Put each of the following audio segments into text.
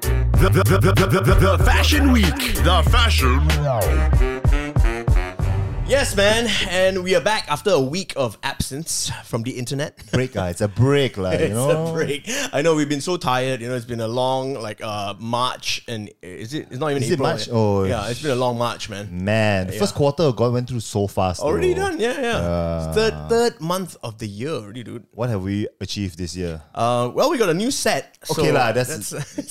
The, the, the, the, the, the Fashion Week. The fashion. Yes, man, and we are back after a week of absence from the internet. break, ah, It's a break, lah. You it's know. a break. I know we've been so tired. You know, it's been a long like uh March, and is it? It's not even Is it April. March? yet. Oh, yeah, it's been a long March, man. Man, the first quarter of God went through so fast. Already though. Uh, done, yeah, yeah. It's the third month of the year already, dude. What have we achieved this year? Uh, well, we got a new set. Okay so uh, lah, that's-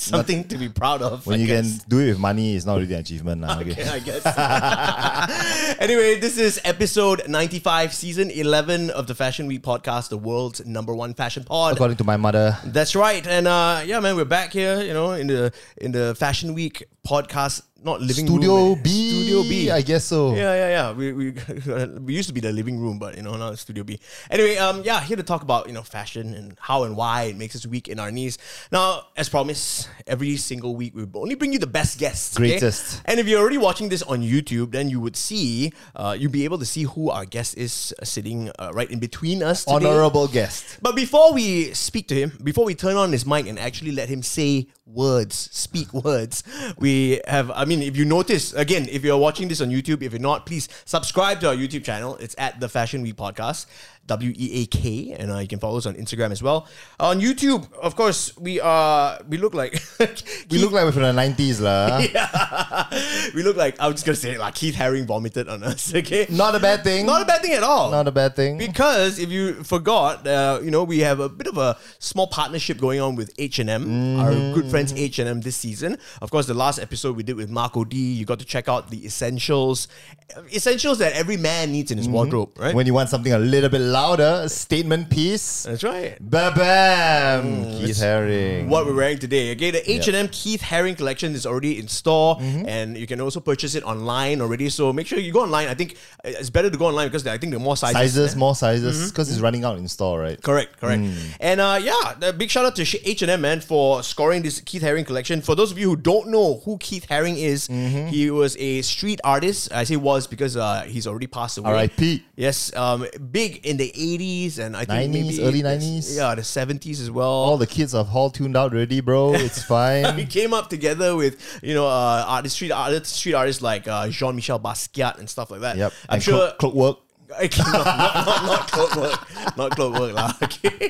something to be proud of. when I you guess. can do it with money, it's not really an achievement, lah. Okay. Yeah, I guess. anyway, this is episode 95, season 11 of the Fashion Week podcast, the world's number one fashion pod. According to my mother, That's right. And uh, yeah, man, we're back here, you know, in the in the Fashion Week podcast, not living Studio room, eh, B. Studio B. I guess so. Yeah, yeah, yeah. We, we, we used to be the living room, but you know now it's Studio B. Anyway, um, yeah, here to talk about you know fashion and how and why it makes us weak in our knees. Now, as promised, every single week we only bring you the best guests, okay? Greatest. And if you're already watching this on YouTube, then you would see, uh, you'll be able to see who our guest is uh, sitting uh, right in between us. Today. Honorable guest. But before we speak to him, before we turn on his mic and actually let him say words, speak words, we have, I mean, if you notice, again, if you're watching this on YouTube, if you're not, please subscribe to our YouTube channel. It's at The Fashion Week Podcast, W E A K, and uh, you can follow us on Instagram as well. on YouTube, of course, we are, we look like, We look like we're from the nineties, lah. yeah. we look like, I'm just going to say, it, like Keith Haring vomited on us, okay? Not a bad thing. Not a bad thing at all. Not a bad thing. Because if you forgot, uh, you know we have a bit of a small partnership going on with H and M, our good friends H and M this season. Of course, the last episode we did with Marco D, you got to check out the essentials, essentials that every man needs in his wardrobe, right? When you want something a little bit louder, a statement piece. That's right. Ba bam! Keith Haring. What we're wearing today, okay? The H and M Keith Haring collection is already in store, and you can also purchase it online already. So make sure you go online. I think uh, it's better to go online because I think there are more sizes. Sizes, more sizes, because it's running out in store, right? Mm-hmm. Correct, correct. Hmm. And uh, yeah, a big shout out to H and M man for scoring this Keith Haring collection. For those of you who don't know who Keith Haring is, Mm-hmm. he was a street artist. I say was because uh, he's already passed away. R.I.P. Yes, um, big in the eighties and I think 90s, maybe early the- 90s. Yeah, the seventies as well. All the kids have all tuned out already, bro. It's we fine. came up together with you know uh, artist, street artists, street artists like uh, Jean Michel Basquiat and stuff like that. yep. I'm and sure clo- clockwork. Okay, not, not, not, not clockwork, not clockwork lah. Okay,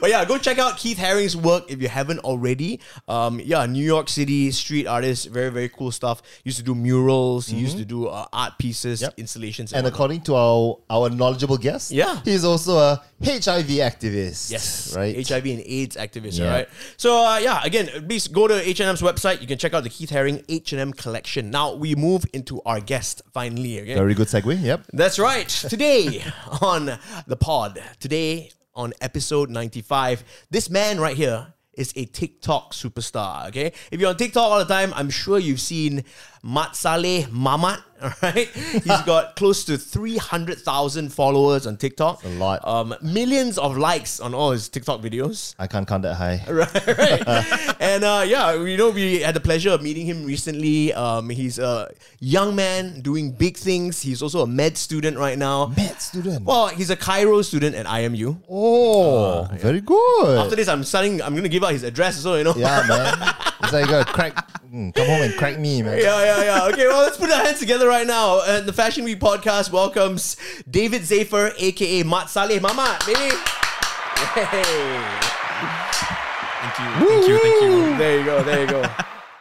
but yeah, go check out Keith Haring's work if you haven't already. Um, yeah, New York City street artist, very very cool stuff. Used to do murals, he used to do uh, art pieces, Mm-hmm. Yep. installations, And whatnot. according to our our knowledgeable guest, Yeah. he's also a HIV activist. Yes, right. HIV and AIDS activists, Yeah. right? So uh, yeah, again, please go to H and M's website. You can check out the Keith Haring H and M collection. Now we move into our guest finally. Okay, Very good segue. Yep. That's right. Today on the pod, today on episode 95, this man right here is a TikTok superstar, okay? If you're on TikTok all the time, I'm sure you've seen Mat Saleh Mamat, all right? He's got close to 300,000 followers on TikTok. a lot. Um, millions of likes on all his TikTok videos. I can't count that high. Right, right. and uh, yeah, we know we had the pleasure of meeting him recently. Um, he's a young man doing big things. He's also a med student right now. Med student. Well, he's a Cairo student at IMU. Oh, very good. After this, I'm starting. I'm gonna give out his address, so you know. yeah, man. It's like a crack. mm, come home and crack me, man. Yeah, yeah, yeah. Okay, well, let's put our hands together right now. And the Fashion Week podcast welcomes David Zafer, aka Mat Saleh Mamat, baby. Yay. Thank you. Thank you. Thank you. There you go, there you go.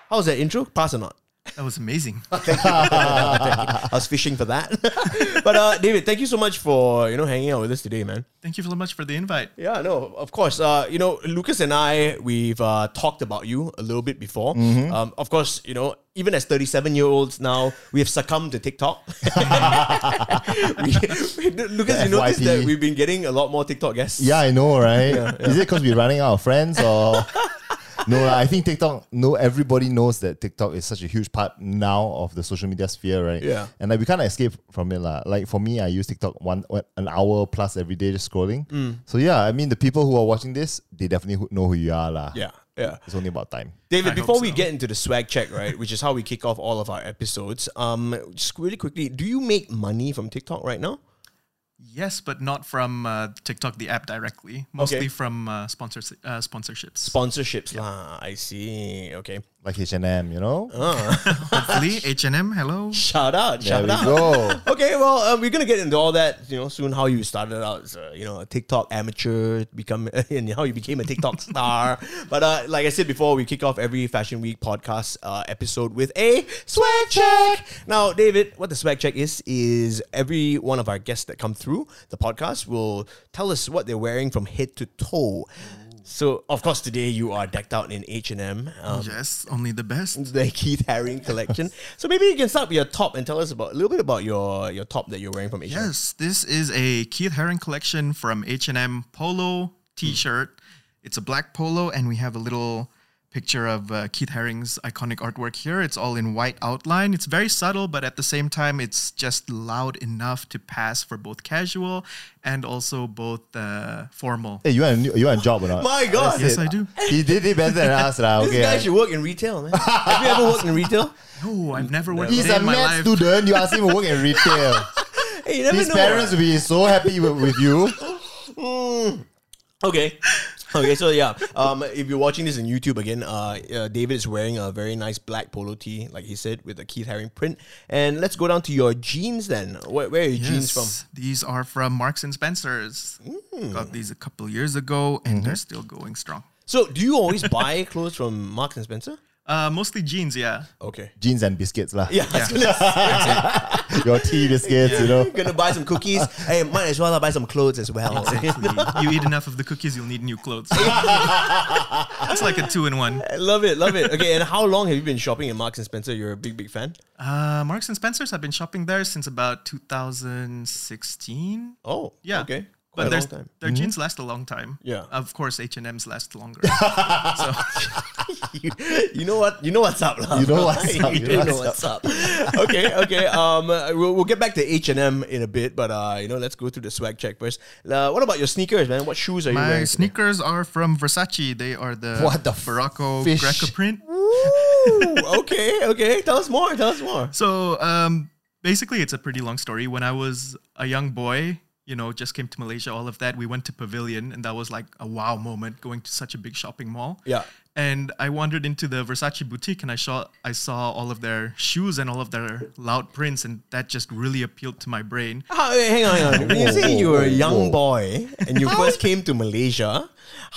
How was that intro? Pass or not? That was amazing. I was fishing for that. but uh, David, thank you so much for you know hanging out with us today, man. Thank you so much for the invite. Yeah, no, of course. Uh, you know, Lucas and I, we've uh, talked about you a little bit before. Mm-hmm. Um, of course, you know, even as 37 year olds now, we have succumbed to TikTok. we, we- Lucas, you noticed FYP. that we've been getting a lot more TikTok guests. Yeah, I know, right? Is it because we're running out of friends or? No, lah, I think TikTok. No, everybody knows that TikTok is such a huge part now of the social media sphere, right? Yeah. and like we can't escape from it, lah. Like for me, I use TikTok one one- an hour plus every day just scrolling. Mm. So yeah, I mean the people who are watching this, they definitely who- know who you are, lah. Yeah, yeah. it's only about time. David, I before hope we so. get into the swag check, right, which is how we kick off all of our episodes, um, just really quickly, do you make money from TikTok right now? Yes, but not from uh, TikTok, the app directly. Mostly from uh, sponsors, uh, sponsorships. Sponsorships lah. I Ah, see. Okay. like H&M, you know? Oh. Lee, H&M, hello. Shout out, there shout we out. go. Okay, well, uh, we're gonna get into all that, you know, soon. How you started out, as a, you know, a TikTok amateur, become, and how you became a TikTok star. But uh, like I said before, we kick off every Fashion Week podcast uh, episode with a swag check. Now, David, what the swag check is is every one of our guests that come through the podcast will tell us what they're wearing from head to toe. So, of course, today you are decked out in H and M. Um, Yes, only the best. the Keith Haring collection. so maybe you can start with your top and tell us about a little bit about your your top that you're wearing from Asia. Yes, this is a Keith Haring collection from H&M polo t-shirt. It's a black polo and we have a little picture of uh, Keith Haring's iconic artwork here. It's all in white outline. It's very subtle but at the same time it's just loud enough to pass for both casual and also both uh, formal. Hey, you want a, new, you want a job or not? My God, Yes, I do. He did it better than us. lah. this Okay, guy I- should work in retail, man. Have you ever worked in retail? No, I've never worked a He's day a in my med life. student. You ask him to work in retail. Hey, you never His know. parents will be so happy with, with you. Okay. Okay, so yeah, um, if you're watching this on YouTube again, uh, uh, David is wearing a very nice black polo tee, like he said, with a Keith Haring print. And let's go down to your jeans then. Where, where are your jeans from? Yes, These are from Marks and Spencers. Got these a couple years ago, and they're still going strong. So, do you always buy clothes from Marks and Spencer? Uh, mostly jeans, yeah. Okay. Jeans and biscuits, lah. Yeah, I was gonna Your tea biscuits, you know. gonna buy some cookies. hey, might as well buy some clothes as well. you eat enough of the cookies, you'll need new clothes. it's like a two in one. I love it, love it. Okay, and how long have you been shopping at Marks and Spencer? You're a big, big fan. Uh, Marks and Spencers. I've been shopping there since about 2016. Oh, Yeah. Okay, quite But a their, long time. their jeans last a long time. Yeah. Of course, H and M's last longer. You, you know what? You know what's up. lah. You know what's up, you do know what's up. okay, okay. Um, uh, we'll, we'll get back to H and M in a bit, but uh, you know, let's go through the swag check first. Uh, what about your sneakers, man? What shoes are you My wearing? today? sneakers are from Versace. They are the What the Barocco fish? Greca print. Ooh, okay, okay. Tell us more. Tell us more. So um, basically, it's a pretty long story. When I was a young boy, you know, just came to Malaysia, all of that, we went to Pavilion, and that was like a wow moment going to such a big shopping mall. Yeah. And I wandered into the Versace boutique and I saw I saw all of their shoes and all of their loud prints and that just really appealed to my brain. How, Ah, wait, hang on, hang on. When you Whoa, say whoa, you were a whoa, young whoa. boy and you first came to Malaysia,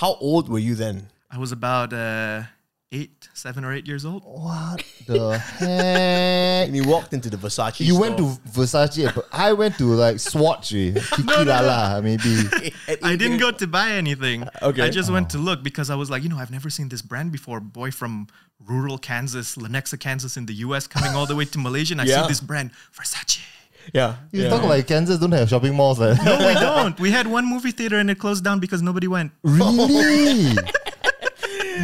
how old were you then? I was about uh, eight, seven or eight years old. What the heck? And you walked into the Versace. You went store. to Versace, but I went to like Swatch, eh. Kiki Lala, maybe. At I 18 didn't go to buy anything. Uh, Okay. I just went to Uh-huh. look because I was like, you know, I've never seen this brand before. Boy from rural Kansas, Lenexa, Kansas in the US, coming all the way to Malaysia, and I Yeah. see this brand, Versace. Yeah. You yeah. talk like Kansas don't have shopping malls, eh. like. No, we don't. We had one movie theater and it closed down because nobody went. Really?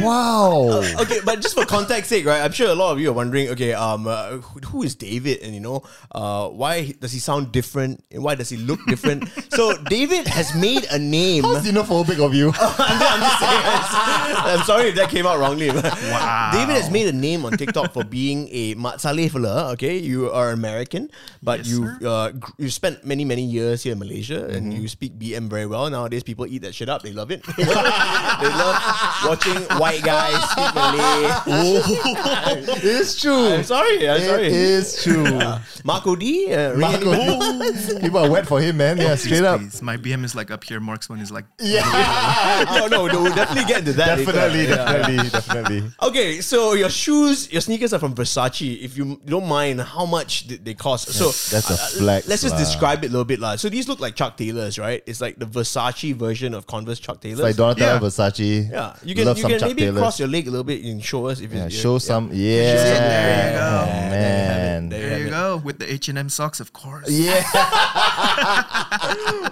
wow. okay, but just for context sake, right? I'm sure a lot of you are wondering, okay, um, uh, who, who is David, and you know, uh, why he- does he sound different, and why does he look different? so David has made a name. How xenophobic of you. I'm, just saying, I'm sorry if that came out wrongly. Wow. David has made a name on TikTok for being a matsalefala. Okay, you are American, but Yes, you sir. uh, gr- you spent many many years here in Malaysia, Mm-hmm. and you speak BM very well. Nowadays, people eat that shit up. They love it. they love watching white guys speak Malay. it's true. I'm sorry. I'm sorry. It is true. Marco D. Uh, ring any Marco, bell? people are wet for him, man. Yeah, straight up. Please, My BM is like up here. Mark's one is like. Yeah, no, Oh, no, no. We'll definitely get into that. later. definitely, Yeah. definitely, definitely. Okay, so your shoes, your sneakers are from Versace. If you don't mind, how much did they cost? so That's a flex. Uh, let's just lah. describe it a little bit, lah. So these look like Chuck Taylors, right? It's like the Versace version of Converse Chuck Taylors. It's like Donatella Yeah. Versace. yeah, you can Love you some can Chuck maybe Taylors. cross your leg a little bit and show us if Yeah, it's show some. Yeah. There you go. Oh, man. There There you go with the H and M socks, of course. Yeah.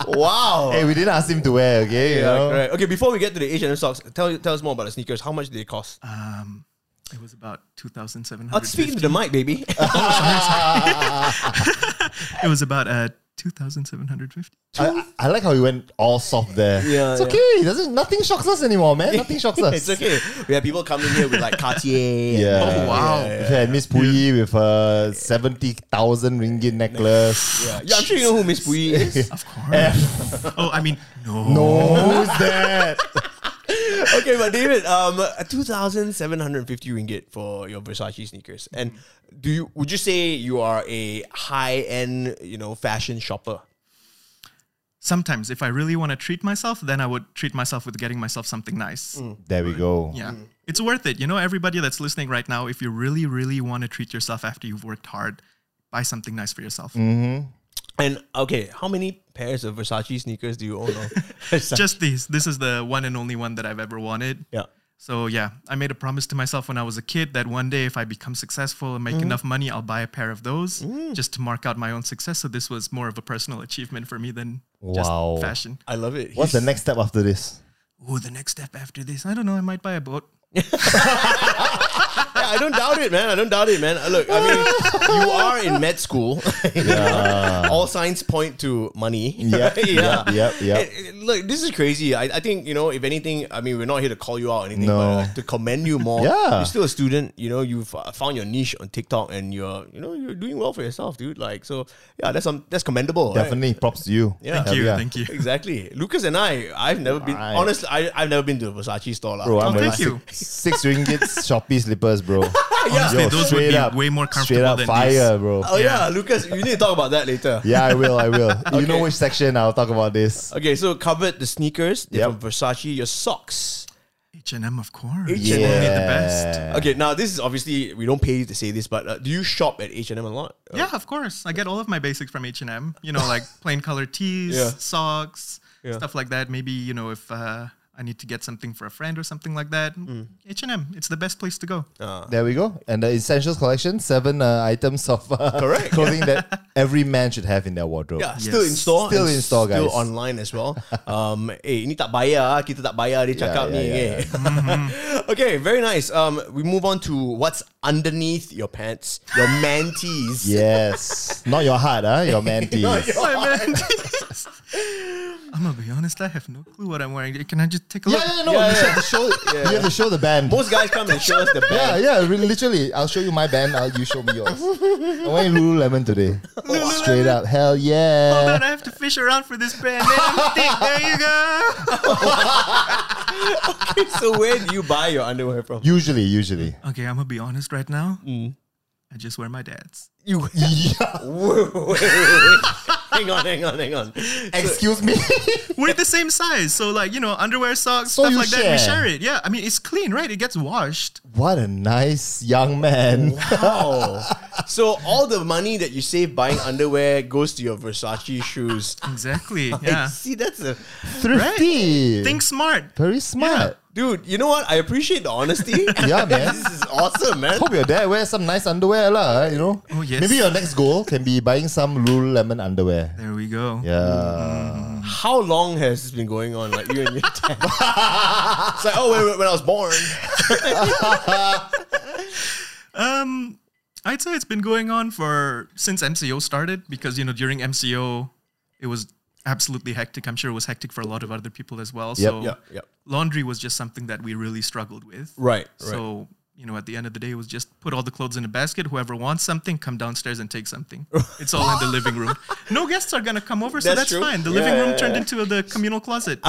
Wow. hey, we didn't ask him to wear, okay? you Yeah, know? correct. Okay, before we get to the H and M socks, tell tell us more about the sneakers. How much did they cost? Um, it was about two thousand seven I'll hundred. speak to the mic, baby. It was about uh two thousand seven hundred fifty. I, I like how he went all soft there. Yeah, It's yeah. okay. It Doesn't, nothing shocks us anymore, man. Nothing shocks us. it's okay. We have people coming here with like Cartier. Yeah. Oh wow. We've had Miss Puyi with her 70,000 ringgit necklace. Yeah, yeah, I'm sure you know who Miss Pui is. Of course. oh, I mean, no. Oh, who's that? okay, but David, um, two thousand seven hundred fifty ringgit for your Versace sneakers. And Mm-hmm. do you would you say you are a high end, you know, fashion shopper? Sometimes, if I really want to treat myself, then I would treat myself with getting myself something nice. Mm, There we go. Yeah. It's worth it. You know, everybody that's listening right now, if you really, really want to treat yourself after you've worked hard, buy something nice for yourself. And okay, how many pairs of Versace sneakers do you own? now? Just these. This is the one and only one that I've ever wanted. yeah. So, yeah, I made a promise to myself when I was a kid that one day if I become successful and make Mm-hmm. enough money, I'll buy a pair of those Mm. just to mark out my own success. So, this was more of a personal achievement for me than Wow. just fashion. I love it. What's the He's- next step after this? Oh, the next step after this, I don't know, I might buy a boat. Yeah, I don't doubt it, man. I don't doubt it, man. Uh, Look, I mean, you are in med school. Uh, All signs point to money. Yep, yep, yep, yep. Eh, eh, Look, this is crazy. I, I think, you know, if anything, I mean, we're not here to call you out or anything, but No. like, to commend you more. Yeah. You're still a student. You know, you've uh, found your niche on TikTok and you're, you know, you're doing well for yourself, dude. Like, so, yeah, that's, um, that's commendable. right? Definitely props to you. Yeah. Hell Thank you, thank you. Exactly. Lucas and I, I've never been, Right. honestly, I, I've never been to a Versace store. lah. Bro, I'm Oh, wearing thank you. six, six ringgits Shopee slippers, bro. Honestly, Yo, those would straight be up- way more Straight comfortable up than fire, bro. Oh yeah. Yeah. Lucas, you need to talk about that later. Yeah, I will. I will. You know which section I'll talk about this. Okay, so covered the sneakers, they're Yep. from Versace, your socks. these. H&M, of H&M. course. Only the best. Yeah. Okay, now this is obviously we don't pay you to say this, but uh, do you shop at H and M a lot? Uh, Yeah, of course. I get all of my basics from H and M. You know, like plain color tees, Yeah. socks, Yeah. stuff like that. Maybe you know if uh, I need to get something for a friend or something like that. H and M. It's the best place to go. There we go. And the essentials collection, seven uh, items of uh, Correct. clothing that every man should have in their wardrobe. Yeah, still in store, Still and in store, still guys. online as well. um, eh, ini tak bayar, ah, kita tak bayar dia cakap yeah, ni. yeah, eh. okay, very nice. Um, we move on to what's underneath your pants, your manties. Yes. Not your heart, huh? Your man tees. My man. I'm gonna be honest. I have no clue what I'm wearing. Can I just take a Yeah, look? yeah, no. Yeah, you, yeah. Have to show, you have to show the band. Most guys come and show us the yeah, bag. yeah. Really, literally, I'll show you my band. I'll, you show me yours. I'm wearing Lululemon today. Straight up. Hell Hold yeah. on, I have to fish around for this brand. name. Think, there you go. so where do you buy your underwear from? Usually, usually. Okay, I'm gonna be honest right now. I just wear my dad's. You Yeah. Wait, wait, wait, wait. hang on, hang on, hang on. Excuse me. We're the same size, so like you know, underwear, socks, So stuff you like that. We share. share it. Yeah, I mean, it's clean, right? It gets washed. what a nice young man. Wow. So all the money that you save buying underwear goes to your Versace shoes. Exactly. Yeah. See, that's a Thrifty. Think smart. Very smart. dude. You know what? I appreciate the honesty. Yeah, man. this is awesome, man. Hope your dad wears some nice underwear, lah. eh, You know. Oh, yes. Maybe your next goal can be buying some Lululemon underwear. There we go. Mm, Yeah. How long has this been going on? Like you and your dad? it's like oh, when, when I was born. Um, I'd say it's been going on for since MCO started because you know during MCO, it was absolutely hectic. I'm sure it was hectic for a lot of other people as well. so yep, yep. laundry was just something that we really struggled with. Right, right. So you know, at the end of the day, it was just put all the clothes in a basket. Whoever wants something, come downstairs and take something. It's all in the living room. No guests are gonna come over, so That's that's true. fine. The Yeah, living yeah, room yeah, turned into the communal closet.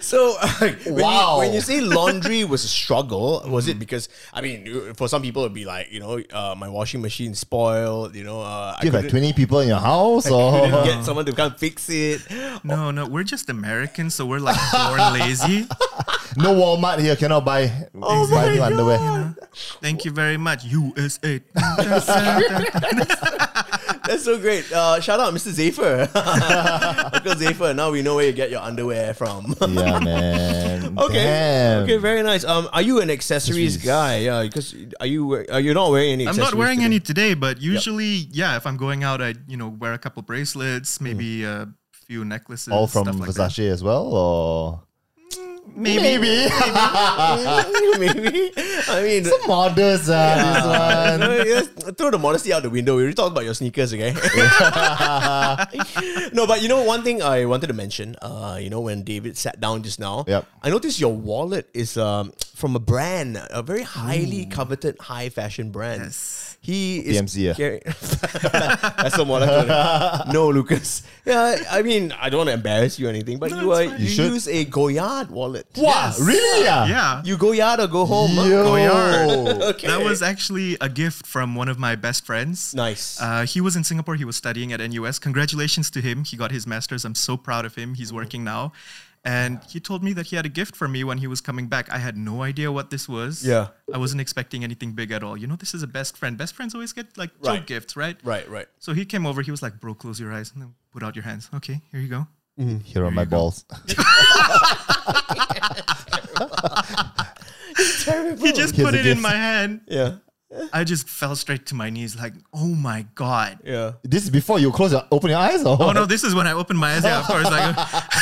So when Wow. You, when you say laundry was a struggle, was it because I mean, you- for some people it'd be like you know, uh, my washing machine spoiled. You know, uh, I You have couldn't, like twenty people in your house, couldn't or get someone to come fix it. No, no, we're just Americans, so we're like born lazy. no Walmart here cannot buy Oh buy new underwear. Thank you very much, USA. That's so great. Uh, shout out, Mr. Zephyr. Uncle Zephyr. Now we know where you get your underwear from. Yeah, man. okay. Damn. Okay. Very nice. Um, are you an accessories Accessories. guy? Yeah. Because are you we- are you not wearing any? I'm accessories not wearing today? any today, but usually, yeah, if I'm going out, I you know wear a couple bracelets, Hmm. maybe a few necklaces, All from stuff like Versace as well, or That. Mm, Maybe. Maybe. I mean. um, modest uh, this one. no, yes, throw the modesty out the window. We already talked about your sneakers, okay? no, but you know one thing I wanted to mention. Uh, you know when David sat down just now, Yep. I noticed your wallet is um from a brand, a very highly coveted, high fashion brand. Yes. He is PMZ, yeah. carry- That's the molecular. no, Lucas. Yeah, I mean, I don't want to embarrass you or anything, but you are, you, should. use a Goyard wallet. Wow, really? Yeah. Yeah. You Goyard or go home? huh? Yo. Goyard. Okay. That was actually a gift from one of my best friends. Nice. Uh, he was in Singapore. He was studying at NUS. Congratulations to him. He got his master's. I'm so proud of him. He's working now. And he told me that he had a gift for me when he was coming back. I had no idea what this was. Yeah. I wasn't expecting anything big at all. You know, this is a best friend. Best friends always get like joke Right. gifts, right? Right, right. So he came over. He was like, bro, close your eyes and then put out your hands. Okay, here you go. Here are my balls. Terrible. He just Here's put a it gift. in my hand. yeah. I just fell straight to my knees, like, oh my God. Yeah. This is before you close your open your eyes or Oh no, this is when I opened my eyes. Yeah, of course. Like,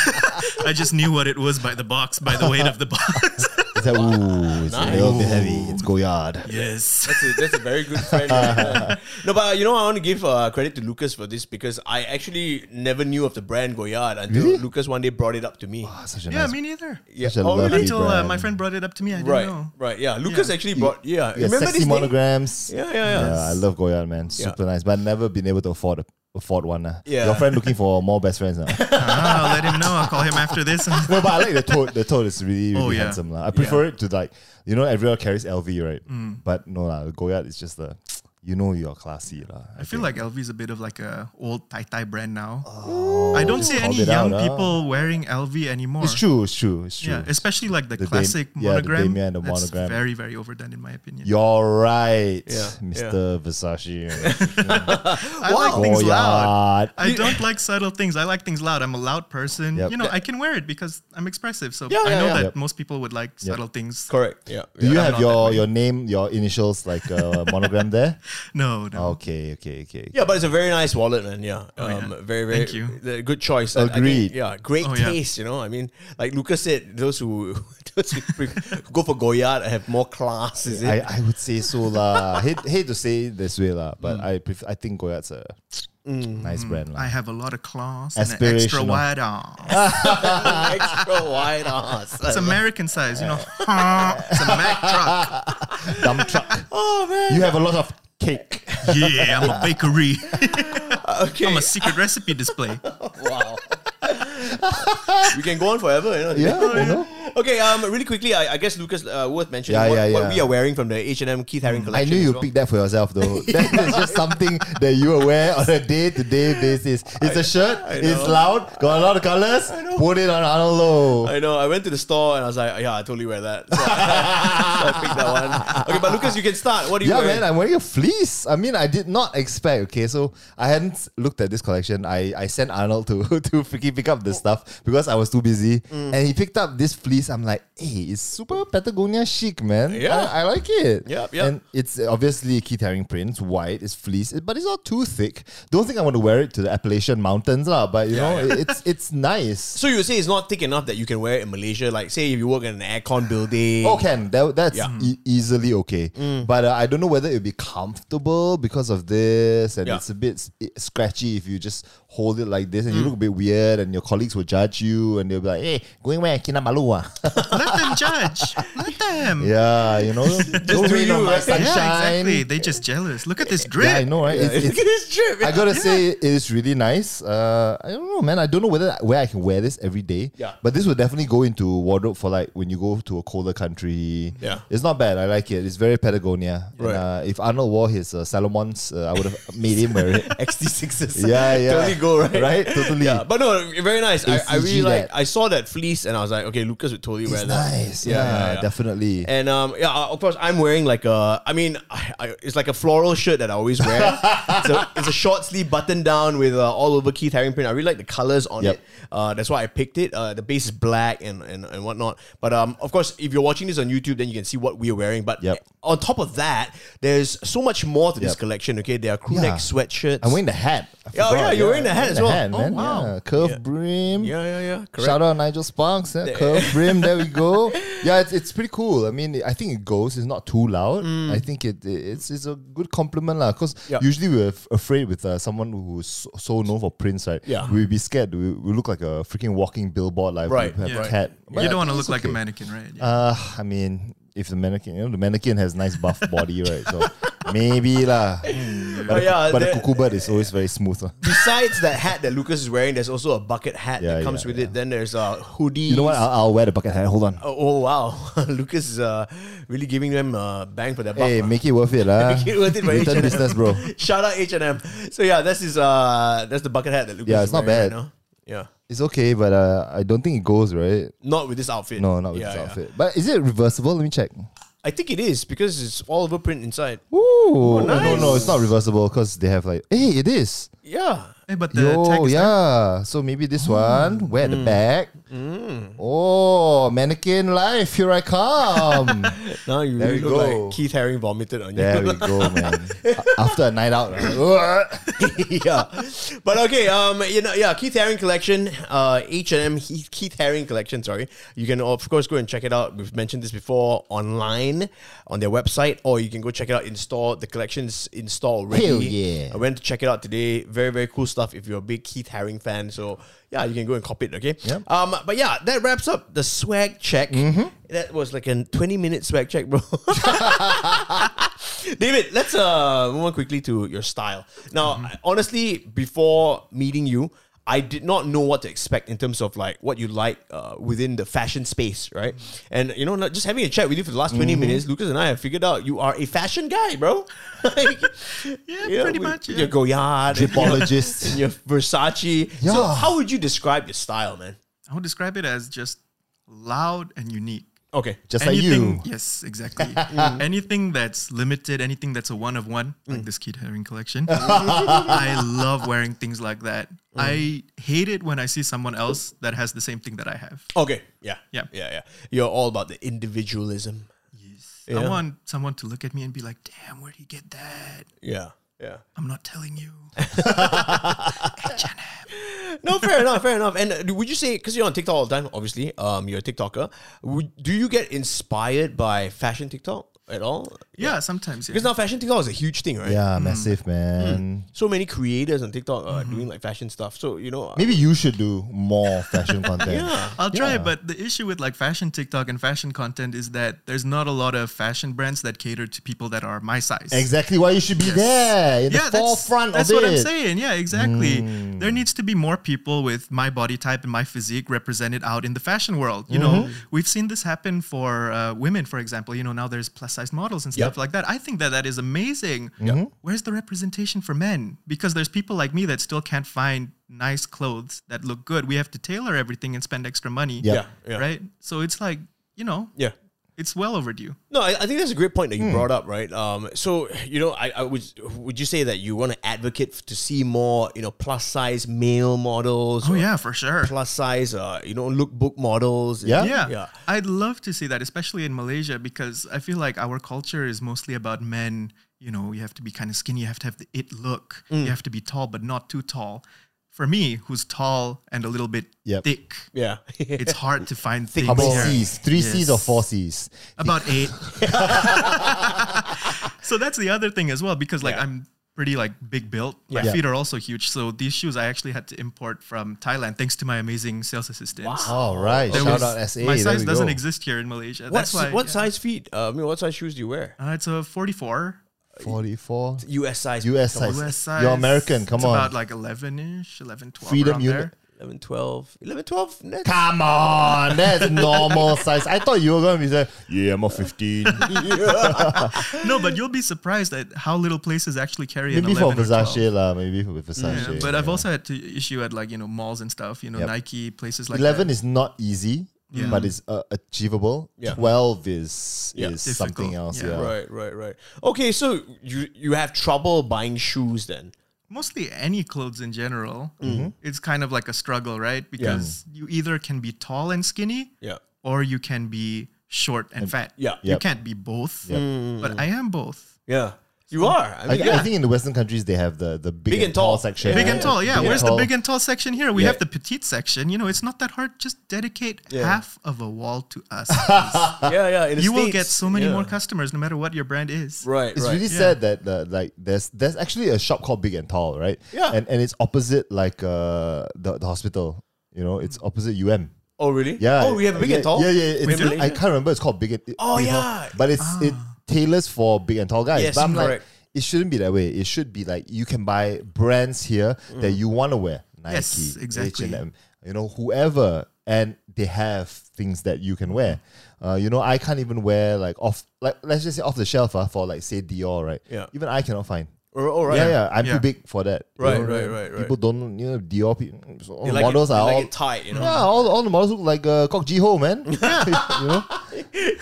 I just knew what it was by the box, by the weight of the box. It's like, ooh, it's a little bit heavy. It's Goyard. yes. That's a, that's a very good friend. no, but uh, you know, I want to give uh, credit to Lucas for this because I actually never knew of the brand Goyard until Really? Lucas one day brought it up to me. Ah, such a Yeah, nice. me neither. Yeah. Such a Oh, really? lovely Until uh, brand. my friend brought it up to me, I didn't Right, know. right. Yeah, Lucas Yeah. actually brought. Yeah, yeah, remember sexy this name? monograms. Yeah, yeah, yeah. I love Goyard, man. Super nice, but never been able to afford a, afford one. ah. Yeah. Your friend looking for more best friends now. no, Ah, I'll let him know. I'll call him after this. but I like the toad. The toad is really, really Oh, yeah. handsome. lah. I prefer it to like, you know, everyone carries LV, right? But no, la, Goyard is just the, you know, you're classy. lah. I feel like LV is a bit of like a old Tai Tai brand now. I don't see any Oh. called it out, young huh? people wearing LV anymore. It's true, it's true, it's true. Yeah, especially like the, The Dam- classic yeah, the monogram. Damia and the That's monogram. very, very overdone in my opinion. You're right, Yeah, Mr. Versace. I Oh, like things loud. Goyard. I don't like subtle things. I like things loud. I'm a loud person. Yep. You know, I can wear it because I'm expressive. So Yeah, I yeah, know yeah. that Yep. most people would like subtle things. Correct. Yeah. Do you yeah. have not your that your name, your initials, like a monogram there? No, no. Okay, okay, okay. Yeah, but it's a very nice wallet, man. Yeah, um, very, very. Oh, Thank you. the- good choice. I- I think, Agreed. yeah, great Oh, yeah. taste. You know, I mean, like Lucas said, those who, those who pre- go for Goyard have more class. Is it? I, I would say so lah. hate, hate to say it this way lah, but I prefer, I think Goyard's a nice brand I lah. have a lot of class and an extra Aspirational. wide arm. extra wide ass. It's American size, you know. it's a Mack truck. Dump truck. Oh man. You have a lot of cake. Yeah, I'm a bakery. Okay. I'm a secret recipe display. wow. we can go on forever. You know. Yeah, you know. Okay. Um. Really quickly, I, I guess Lucas uh, worth mentioning Yeah, what, yeah, what yeah. Mm. we are wearing from the H and M Keith Haring I collection. knew as you well. picked that for yourself though. That is just something that you wear on a day-to-day basis. It's a shirt. It's loud. Got a lot of colors. Put it on Arnold Low. I know. I went to the store and I was like, yeah, I totally wear that. So, so I picked that one. Okay, but Lucas, you can start. What do you Yeah, wearing? man, I'm wearing a fleece. I mean, I did not expect. Okay, so I hadn't looked at this collection. I, I sent Arnold to to freaking pick up the Oh. stuff because I was too busy, Mm. and he picked up this fleece. I'm like, hey, it's super Patagonia chic, man. Yeah. I, I like it. Yep, yep. And it's obviously Keith Haring print. It's white. It's fleece, but it's not too thick. Don't think I want to wear it to the Appalachian Mountains, lah. But you know, it's it's nice. so you would say it's not thick enough that you can wear it in Malaysia? Like, say if you work in an aircon building. Oh, can that, that's Yeah. e- easily okay, but uh, I don't know whether it'll be comfortable because of this, and Yeah. it's a bit s- i- scratchy if you just hold it like this, and you look a bit weird, and your colleagues will judge you, and they'll be like, "Hey, going where? Kinamalu ah?" Let them judge. Let them. yeah, you know, don't do rain on you, my right? Yeah, Yeah, sunshine. exactly. They just jealous. Look at this drip. Yeah, I know, right? It's- Look it's- at this drip. I yeah. gotta say, it is really nice. Uh, I don't know, man. I don't know whether where I can wear this every day. Yeah. But this will definitely go into wardrobe for like when you go to a colder country. Yeah. It's not bad. I like it. It's very Patagonia. And, Right. uh, if Arnold wore his uh, Salomon's, uh, I would have made him wear it. XT6s. Yeah, yeah. Totally go, right? Right? Totally. Yeah, but no, very nice. I, I really ACG like, that. I saw that fleece and I was like, okay, Lucas would totally wear It's that. nice. Yeah, Yeah, yeah, yeah. definitely. And um, yeah, uh, of course, I'm wearing like a. I mean, I, I, it's like a floral shirt that I always wear. it's, a, it's a short sleeve button down with uh, all over Keith Haring print. I really like the colors on Yep. it. Uh, that's why I picked it. Uh, the base is black and, and and whatnot. But um, of course, if you're watching this on YouTube, then you can see what we are wearing. But Yep. on top of that, there's so much more to this Yep. collection. Okay, there are crew neck Yeah. sweatshirts. I'm wearing the hat. I Yeah, oh, forgot, yeah, you're wearing the hat as well. Hat, Oh, man. wow. Yeah, curved brim. yeah, yeah, yeah. Correct. Shout out Nigel Sparks, yeah, curved brim. There we go. Yeah, it's, it's pretty cool. I mean, I think it goes. It's not too loud. I think it it's, it's a good compliment lah. Because Mm. Yeah. usually we're af- afraid with uh, someone who's so, so known for prints, right? Yeah. we'd be scared. We, we look like a freaking walking billboard, like Right, We have yeah. a cat. You But don't want to it's look like a okay. mannequin, right? Yeah. Uh, I mean, if the mannequin, you know, the mannequin has nice buff body, right? So maybe lah. Hmm. But, Oh, the, yeah, but the the- cuckoo bird is always very smooth. lah. Besides that hat that Lucas is wearing, there's also a bucket hat Yeah, that comes yeah, with yeah. it. Then there's a hoodie. You know what? I'll, I'll wear the bucket hat. Hold on. Oh, oh, wow, Lucas is uh, really giving them uh, bang for their buck. Hey, man. make it worth it, lah. Make it worth it for Return H&M. business, bro. Shout out H and M. So yeah, that's his. Uh, that's the bucket hat that Lucas. Yeah, is it's not wearing bad. Right now. Yeah, It's okay, but uh, I don't think it goes right. not with this outfit. No, not with Yeah, this yeah. outfit. But is it reversible? Let me check. I think it is because it's all over print inside. Ooh, Oh, no, nice. no, it's not reversible because they have like, hey, it is. Yeah, Hey, but the tag Yo, is yeah. So maybe this Mm. one, wear the back. Oh, mannequin life, here I come. now you There really you look go. like Keith Haring vomited on you. there we go, man. A- After a night out, right? yeah, but okay. Um, you know, yeah, Keith Haring collection, uh, H and M Keith Haring collection. Sorry, you can of course go and check it out. We've mentioned this before online on their website, or you can go check it out in store. The collection's in store already. Hell yeah. I went to check it out today. Very very cool stuff. If you're a big Keith Haring fan, so yeah, you can go and cop it. Okay. Yep. Mm-hmm. Um, but yeah, that wraps up the swag check. That was like a twenty minute swag check, bro. David, let's uh move on quickly to your style. Now, Mm-hmm. I- honestly, before meeting you, I did not know what to expect in terms of like what you like uh, within the fashion space, right? And you know, not- just having a chat with you for the last 20 Mm-hmm. minutes, Lucas and I have figured out you are a fashion guy, bro. Like, Yeah, you know, pretty with much, yeah. Your Goyard, and your- Dripologist. and your Versace. So, Yeah. how would you describe your style, man? I would describe it as just loud and unique. Okay, Just like anything, you. yes, exactly. anything that's limited, anything that's a one of one, Mm. like this Keith Haring collection. I love wearing things like that. I hate it when I see someone else that has the same thing that I have. okay, yeah, Yeah. yeah, yeah. You're all about the individualism. I Yeah. want someone to look at me and be like, "Damn, where'd he get that?" Yeah, yeah. I'm not telling you. No, fair enough, fair enough. And uh, would you say because you're on TikTok all the time, obviously, um, you're a TikToker. Would, do you get inspired by fashion TikTok at all? Yeah, sometimes. Yeah. Because now fashion TikTok is a huge thing, right? Yeah, massive, man. So many creators on TikTok are doing like fashion stuff. So you know, Mm-hmm. Maybe you should do more fashion content. yeah, I'll try, Yeah. but the issue with like fashion TikTok and fashion content is that there's not a lot of fashion brands that cater to people that are my size. Exactly why you should be Yes. there in yeah, the forefront that's, that's of what it. Mm. I'm saying. Yeah, exactly. There needs to be more people with my body type and my physique represented out in the fashion world. You know, Mm-hmm. we've seen this happen for uh, women, for example. You know, now there's plus size models and stuff Yep. like that. I think that that is amazing. Mm-hmm. Yeah. Where's the representation for men? Because there's people like me that still can't find nice clothes that look good. We have to tailor everything and spend extra money. Yeah. yeah, yeah, Right? So it's like, you know, yeah. it's well overdue. No, I, I think that's a great point that you Hmm. brought up, right? Um, so you know, I, I would would you say that you want to advocate to see more, you know, plus size male models? Oh, or yeah, for sure. plus size, uh, you know, lookbook models. Yeah. Yeah. yeah. Oh, I'd love to see that, especially in Malaysia, because I feel like our culture is mostly about men. You know, you have to be kind of skinny, you have to have the it look, Mm. you have to be tall, but not too tall. For me, who's tall and a little bit Yep. thick, Yeah. it's hard to find things How many here. C's? Three C's or Yes. four C's? About eight. so that's the other thing as well, because like Yeah. I'm pretty like big built. My Yeah. feet are also huge. So these shoes I actually had to import from Thailand, thanks to my amazing sales assistants. All right. Oh, There Shout was- out SA. My there size we doesn't go. exist here in Malaysia. What, That's si- why. what yeah. size feet? Uh, I mean, what size shoes do you wear? Uh, it's a 44 44. US size. US Come on, size. US size. You're American. Come it's on. About like 11 ish, 11, 12. Freedom unit. Freedom There. 11, 12. 11, 12? That's- Come on, that's normal size. I thought you were gonna be like, yeah, I'm a 15. No, but you'll be surprised at how little places actually carry maybe an for 11 or 12. Versace lah. Maybe for Versace. Yeah, but I've yeah. also had to issue at like, you know, malls and stuff, you know, Yep. Nike, places like eleven that. is not easy, but it's uh, achievable. Yeah. Twelve is Yeah. is Difficult. something else. Yeah. Yeah. Right, right, right. Okay, so you you have trouble buying shoes then. Mostly any clothes in general. Mm-hmm. It's kind of like a struggle, right? Because you either can be tall and skinny Yeah. or you can be short and fat. yeah. You Yep. can't be both, but I am both. Yeah. You are. I I, mean, I yeah. think in the Western countries they have the, the big, Big and and tall, tall. section. Big right? and tall, yeah. Big and Where's tall. the big and tall section here? We Yeah. have the petite section. You know, it's not that hard. Just dedicate Yeah. half of a wall to us. yeah, yeah. in the you will States, get so many yeah. more customers, no matter what your brand is. Right, It's right. really sad that the, like there's there's actually a shop called Big and Tall, right? Yeah. And and it's opposite like uh the, the hospital. You know, it's opposite UM. Oh really? Yeah. Oh, we have a big yeah, and tall. Yeah, yeah. We It's, have I Malaysia? can't remember. It's called big and. Oh, big and tall. yeah. Ah. But it's it tailors for big and tall guys. Yes, but I'm correct. like, it shouldn't be that way. It should be like you can buy brands here Mm. that you want to wear. Nike, Yes, exactly. H&M, you know, whoever, and they have things that you can wear. Uh, you know, I can't even wear like off, like let's just say off the shelf uh, for like say Dior, right? Yeah. Even I cannot find. Oh, oh, right. Yeah, yeah. I'm Yeah. too big for that. you Right, know? right, right, right. People don't, you know, Dior. People, all They the like models it, they are like it all tight, you know. yeah, all, all the models look like uh, Kok Ji Ho, man. you know?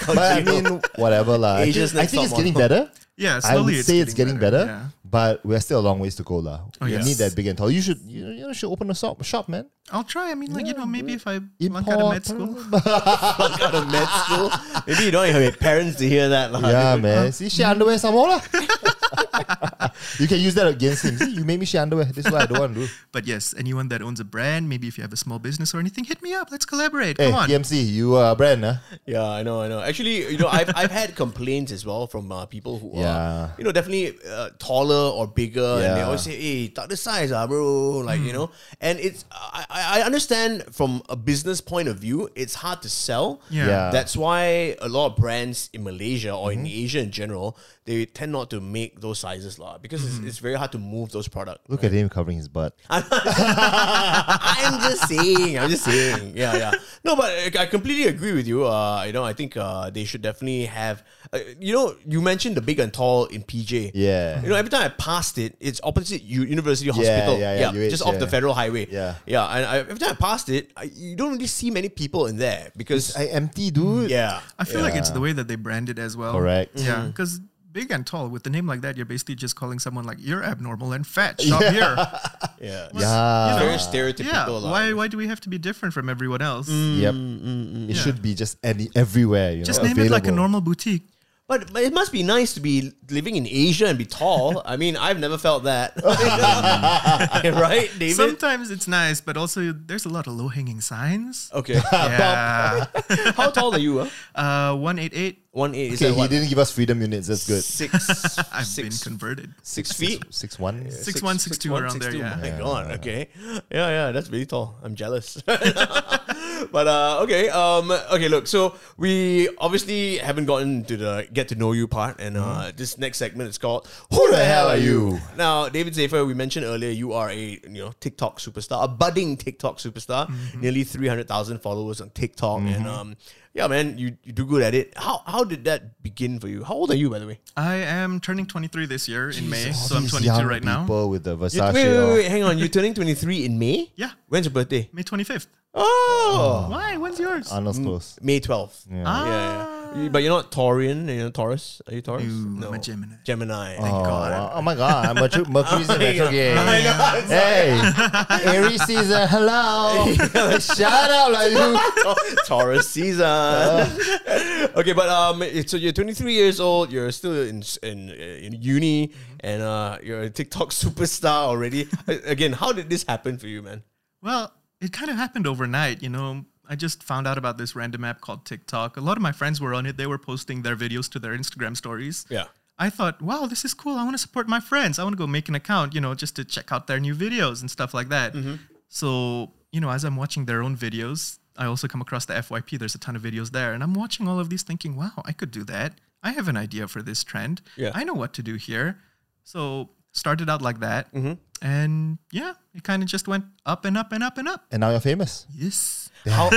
But I mean, whatever. lah. I Asia's think, I next think it's top getting model. better. Yeah, I slowly would say it's getting better, yeah. Oh, but we're still a long ways to go. lah. we yes. need that big and tall. You should you, you should open a shop, shop man. I'll try. I mean, like, you know, maybe if I Import. flunk out of med school. out of med school. Maybe you don't have your parents to hear that. Like. yeah, man. See, share underwear some more. lah. you can use that against him. See, you made me share underwear. This is what I don't want to do. But yes, anyone that owns a brand, maybe if you have a small business or anything, hit me up. Let's collaborate. Hey, Come on. DMC, you are a brand, huh? Yeah, I know, I know. Actually, you know, I've, I've had complaints as well from uh, people who Yeah. are, you know, definitely uh, taller or bigger, and they Yeah. Hmm. always say, "Hey, tak the size, ah, bro." Like you know, and it's I, I I understand from a business point of view, it's hard to sell. Yeah. Yeah. Mm-hmm. That's why a lot of brands in Malaysia or in Asia in general, they tend not to make those sizes lah because it's, it's very hard to move those products. Mm-hmm. Look at him covering his butt. I'm just saying. I'm just saying. Yeah, yeah. No, but I- I completely agree with you. Uh, you know, I think uh, they should definitely have. Uh, you know, you mentioned the big and tall in PJ. Yeah. You know, every time I passed it, it's opposite U- University Hospital. yeah, yeah, UH, just off the yeah. Federal Highway. Yeah. yeah. And I, every time I passed it, I, you don't really see many people in there because I empty, dude. yeah, I feel like it's the way that they brand it as well. Correct. Yeah, because big and tall with a name like that, you're basically just calling someone like you're abnormal and fat. Shop here. yeah, Yeah. Very Yeah. stereotypical. lah. Why? Why do we have to be different from everyone else? Yep. Mm, it should be just any everywhere. You Just know, name it like a available. normal boutique. But, but it must be nice to be living in Asia and be tall. I mean, I've never felt that. right, David? Sometimes it's nice, but also there's a lot of low hanging signs. Okay. Yeah. How tall are you? Huh? uh, one eight eight. One eight. Is Okay, that he what? didn't give us freedom units. That's good. Six. I've six, been converted. six feet. Six one. Six- one, six two around there, yeah. Oh My God. Okay. Yeah, yeah. That's really tall. I'm jealous. but uh, okay. Um, okay. Look. So we obviously haven't gotten to the get to know you part, and Mm-hmm. uh, this next segment is called Who the hell are you? Now, David Safer, we mentioned earlier, you are a you know TikTok superstar, a budding TikTok superstar, Mm-hmm. nearly three hundred thousand followers on TikTok, and um, yeah, man, you, you do good at it. How how did that begin for you? How old are you, by the way? I am turning 23 this year in May, so I'm These 22 young right now. People with the You- wait, Versace. wait, wait, or- wait, hang on. You're turning 23 in May? Yeah. When's your birthday? May 25th. Oh! Why? When's yours? Arnold's Mm, close. May 12th. Yeah. ah, yeah, You- But you're not Taurian, you're not Taurus. Are you Taurus? Ooh, I'm a Gemini. Gemini. Oh, God. wow. oh my god, I'm a tr- Mercury's in retrograde. I know. Hey, Aries season, hello. Shout out, like you. Oh. Taurus season. Ah. okay, but um, so you're 23 years old. You're still in in, in uni, Mm-hmm. and uh, you're a TikTok superstar already. Again, how did this happen for you, man? Well, it kind of happened overnight, you know. I just found out about this random app called TikTok. A lot of my friends were on it. They were posting their videos to their Instagram stories. Yeah. I thought, wow, this is cool. I want to support my friends. I want to go make an account, you know, just to check out their new videos and stuff like that. So, you know, as I'm watching their own videos, I also come across the FYP. There's a ton of videos there. And I'm watching all of these thinking, wow, I could do that. I have an idea for this trend. Yeah. I know what to do here. So, started out like that. And yeah, it kind of just went up and up and up and up. And now you're famous. Yes. How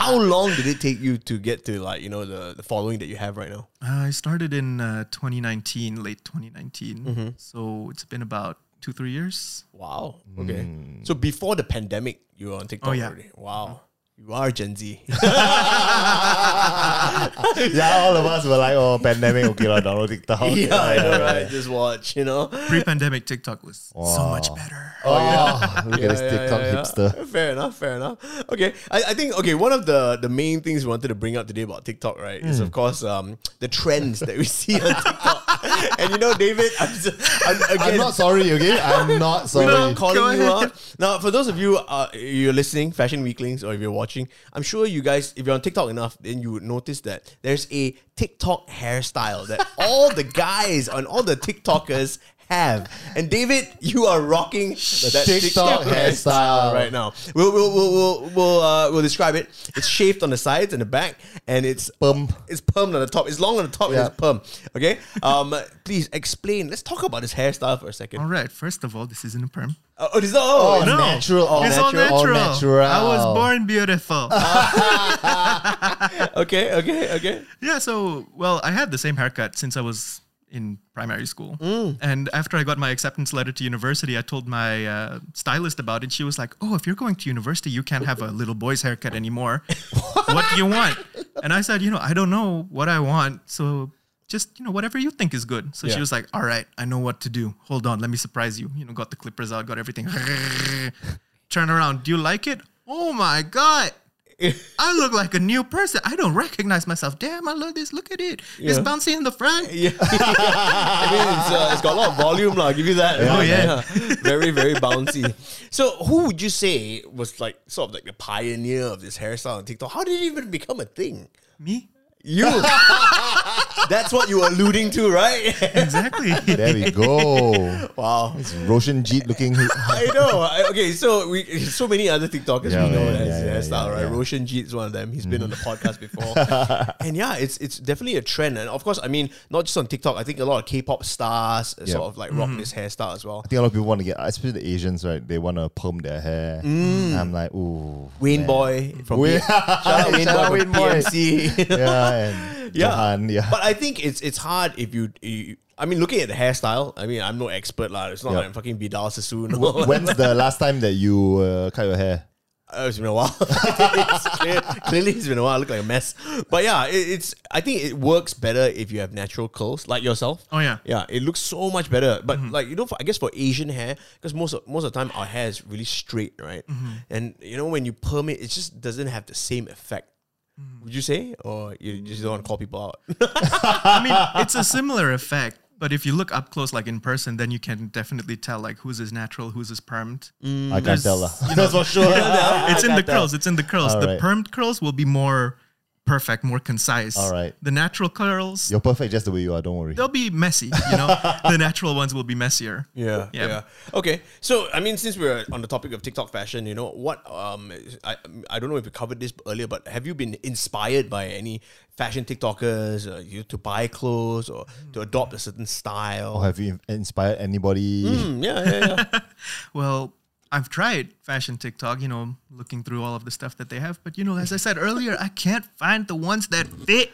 how long did it take you to get to like you know the, the following that you have right now? Uh, I started in uh, 2019, late 2019. So, it's been about two, three years. Wow. Okay. Hmm. So before the pandemic, you were on TikTok Oh, yeah. already. Wow. You are Gen Z. Yeah, all of us were like, oh, pandemic, okay, lah, download TikTok. yeah, I know, right? Just watch, you know. pre-pandemic TikTok was so much better. Oh, yeah. Look at this Yeah, yeah, TikTok yeah, yeah. hipster. Fair enough, fair enough. Okay, I, I think okay. One of the the main things we wanted to bring up today about TikTok, right, is Hmm. of course um the trends that we see on TikTok. and you know, David, I'm, just, I'm again I'm not sorry, okay? I'm not sorry. I'm calling Go you ahead. out. Now, for those of you uh, you're listening, fashion weaklings, or if you're watching, I'm sure you guys, if you're on TikTok enough, then you would notice that there's a TikTok hairstyle that all the guys on all the TikTokers have. And David, you are rocking that TikTok hairstyle. right now. We'll we'll we'll we'll we'll, uh, we'll describe it. It's shaved on the sides and the back, and it's Perm. It's permed on the top. It's long on the top. Yeah. and It's perm. Okay. Um, please explain. Let's talk about this hairstyle for a second. All right. First of all, this isn't a perm. Oh, oh, this, oh, Oh, no. no. Natural, all it's natural, all all natural. natural. I was born beautiful. Okay. Okay. Okay. yeah. So, well, I had the same haircut since I was in primary school. Mm. And after I got my acceptance letter to university, I told my uh, stylist about it. She was like, "Oh, if you're going to university, you can't have a little boy's haircut anymore. what do you want?" And I said, "You know, I don't know what I want. So." Just you know, whatever you think is good. So Yeah. she was like, "All right, I know what to do. Hold on, let me surprise you." You know, got the clippers out, got everything. Turn around. Do you like it? Oh my god! I look like a new person. I don't recognize myself. Damn, I love this. Look at it. It's Yeah. bouncy in the front. Yeah. I mean, it's, uh, it's got a lot of volume, lah. Give you that. Oh, yeah. Very, very bouncy. So, who would you say was like sort of like the pioneer of this hairstyle on TikTok? How did it even become a thing? Me? You. That's what you were alluding to, right? Exactly. There we go. wow. It's Roshan Jeet looking. I know. I, okay, so we so many other TikTokers Yeah, we know yeah, as yeah, yeah, hairstyle, yeah, right? yeah. Mm. Roshan Jeet's one of them. He's been on the podcast before, and yeah, it's it's definitely a trend. And of course, I mean, not just on TikTok. I think a lot of K-pop stars uh, Yeah. sort of like rock Mm. this hairstyle as well. I think a lot of people want to get, especially the Asians, right? They want to perm their hair. I'm like, ooh. Wayne man. Boy from Wayne- P- shout out Wayne Shout Boy out from Wayne Boy. PMC. Yeah, and Yeah. Johan, yeah. But I think it's it's hard if you, you I mean, looking at the hairstyle, I mean, I'm no expert lah. It's not Yeah. like I'm fucking Vidal Sassoon. or- When's the last time that you uh, cut your hair? Uh, it's been a while. It's clear- clearly, it's been a while. I look like a mess. But yeah, it, it's. I think it works better if you have natural curls, like yourself. Oh, yeah. Mm-hmm. yeah. It looks so much better. But like you know, for, I guess for Asian hair, because most of, most of the time our hair is really straight, right? Mm-hmm. And you know, when you perm it, it just doesn't have the same effect. Mm-hmm. Would you say, or you just don't want to call people out? I mean, it's a similar effect, but if you look up close, like in person, then you can definitely tell like whose is natural, whose is permed. I can't There's- tell. lah. you know, That's for sure. it's in the curls. It's in the curls. All the right. permed curls will be more perfect, more concise. All right. The natural curls, You're perfect just the way you are. Don't worry. they'll be messy. You know, the natural ones will be messier. Yeah, yeah. Yeah. Okay, so I mean, since we're on the topic of TikTok fashion, you know what? Um, I I don't know if we covered this earlier, but have you been inspired by any fashion TikTokers uh, you to buy clothes or to adopt a certain Or style? have you inspired anybody? Hmm, yeah, yeah, yeah. Well, I've tried fashion TikTok, you know, looking through all of the stuff that they have, but you know, as I said earlier, I can't find the ones that fit.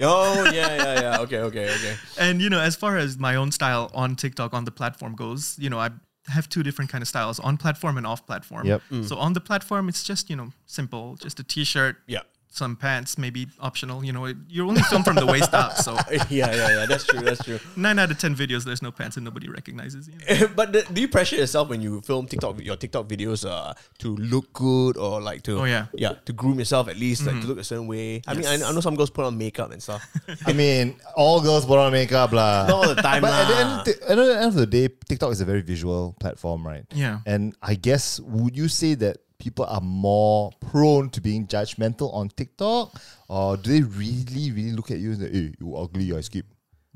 oh, yeah, yeah, yeah. Okay, okay, okay. And you know, as far as my own style on TikTok on the platform goes, you know, I have two different kind of styles on platform and off platform. Yep. Mm. So on the platform, it's just you know simple, just a t-shirt, Yeah. some pants, maybe optional. You know, it, you're only filmed from the waist up, so yeah, yeah, yeah. That's true. That's true. nine out of ten videos, there's no pants and nobody recognizes you. but the, do you pressure yourself when you film TikTok your TikTok videos uh, to look good or like to Oh, yeah. Mm-hmm. yeah to groom yourself at least like to look a certain way? I mean, I, I know some girls put on makeup and stuff. I mean, all girls put on makeup, Not lah. all the time, But at the, lah. end, t- at the end of the day, TikTok is a very visual platform, right? Yeah. And I guess would you say that people are more prone to being judgmental on TikTok, or do they really, really look at you and say, "Hey, you ugly, I skip."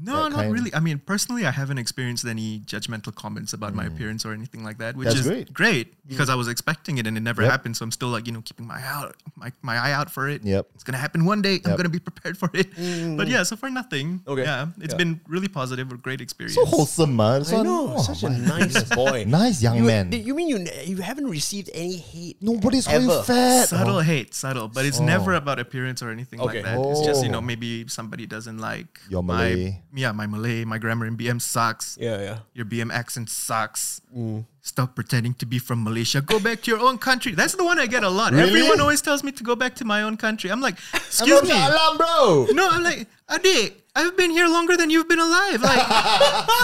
No, That not kind- really. I mean, personally, I haven't experienced any judgmental comments about my appearance or anything like that, which Mm. That's is great. Mm. great, because I was expecting it and it never happened. So I'm still like, you know, keeping my out, my, my eye out for it. Yep. It's gonna happen one day. Yep. I'm Mm. gonna be prepared for it. But yeah, so far nothing. Okay. Yeah, it's Yeah. been really positive, a great experience. So wholesome, man. I know, such Oh, a nice boy. nice young you, man. You mean you you haven't received any hate? Nobody's called you Ever. fat. subtle hate, subtle, but it's never about appearance or anything Okay. like that. It's just you know Oh. maybe somebody doesn't like Your my- Malay. yeah, my Malay, my grammar in BM sucks. Yeah, yeah. Your BM accent sucks. Mm. Stop pretending to be from Malaysia. Go back to your own country. That's the one I get a lot. Really? Everyone always tells me to go back to my own country. I'm like, I'm excuse me. Alam, bro. No, I'm like, Adik, I've been here longer than you've been alive. Like,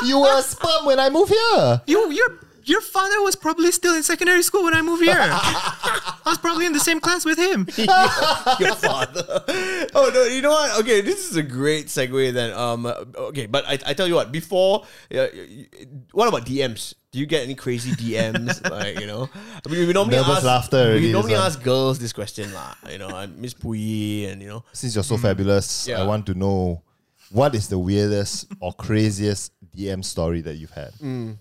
you were a sperm when I moved here. you, your, your father was probably still in secondary school when I moved here. I was probably in the same class with him. Your father. oh no, you know what? Okay, this is a great segue. Then, um, okay, but I, I tell you what. Before, uh, y- y- what about DMs? Do you get any crazy DMs? like you know, I mean, we normally Nervous ask laughter already, we this normally one. ask girls this question, lah. You know, I Miss Puyi, and you know, Since you're so fabulous, Mm. Yeah. I want to know What is the weirdest or craziest DM story that you've had? Mm.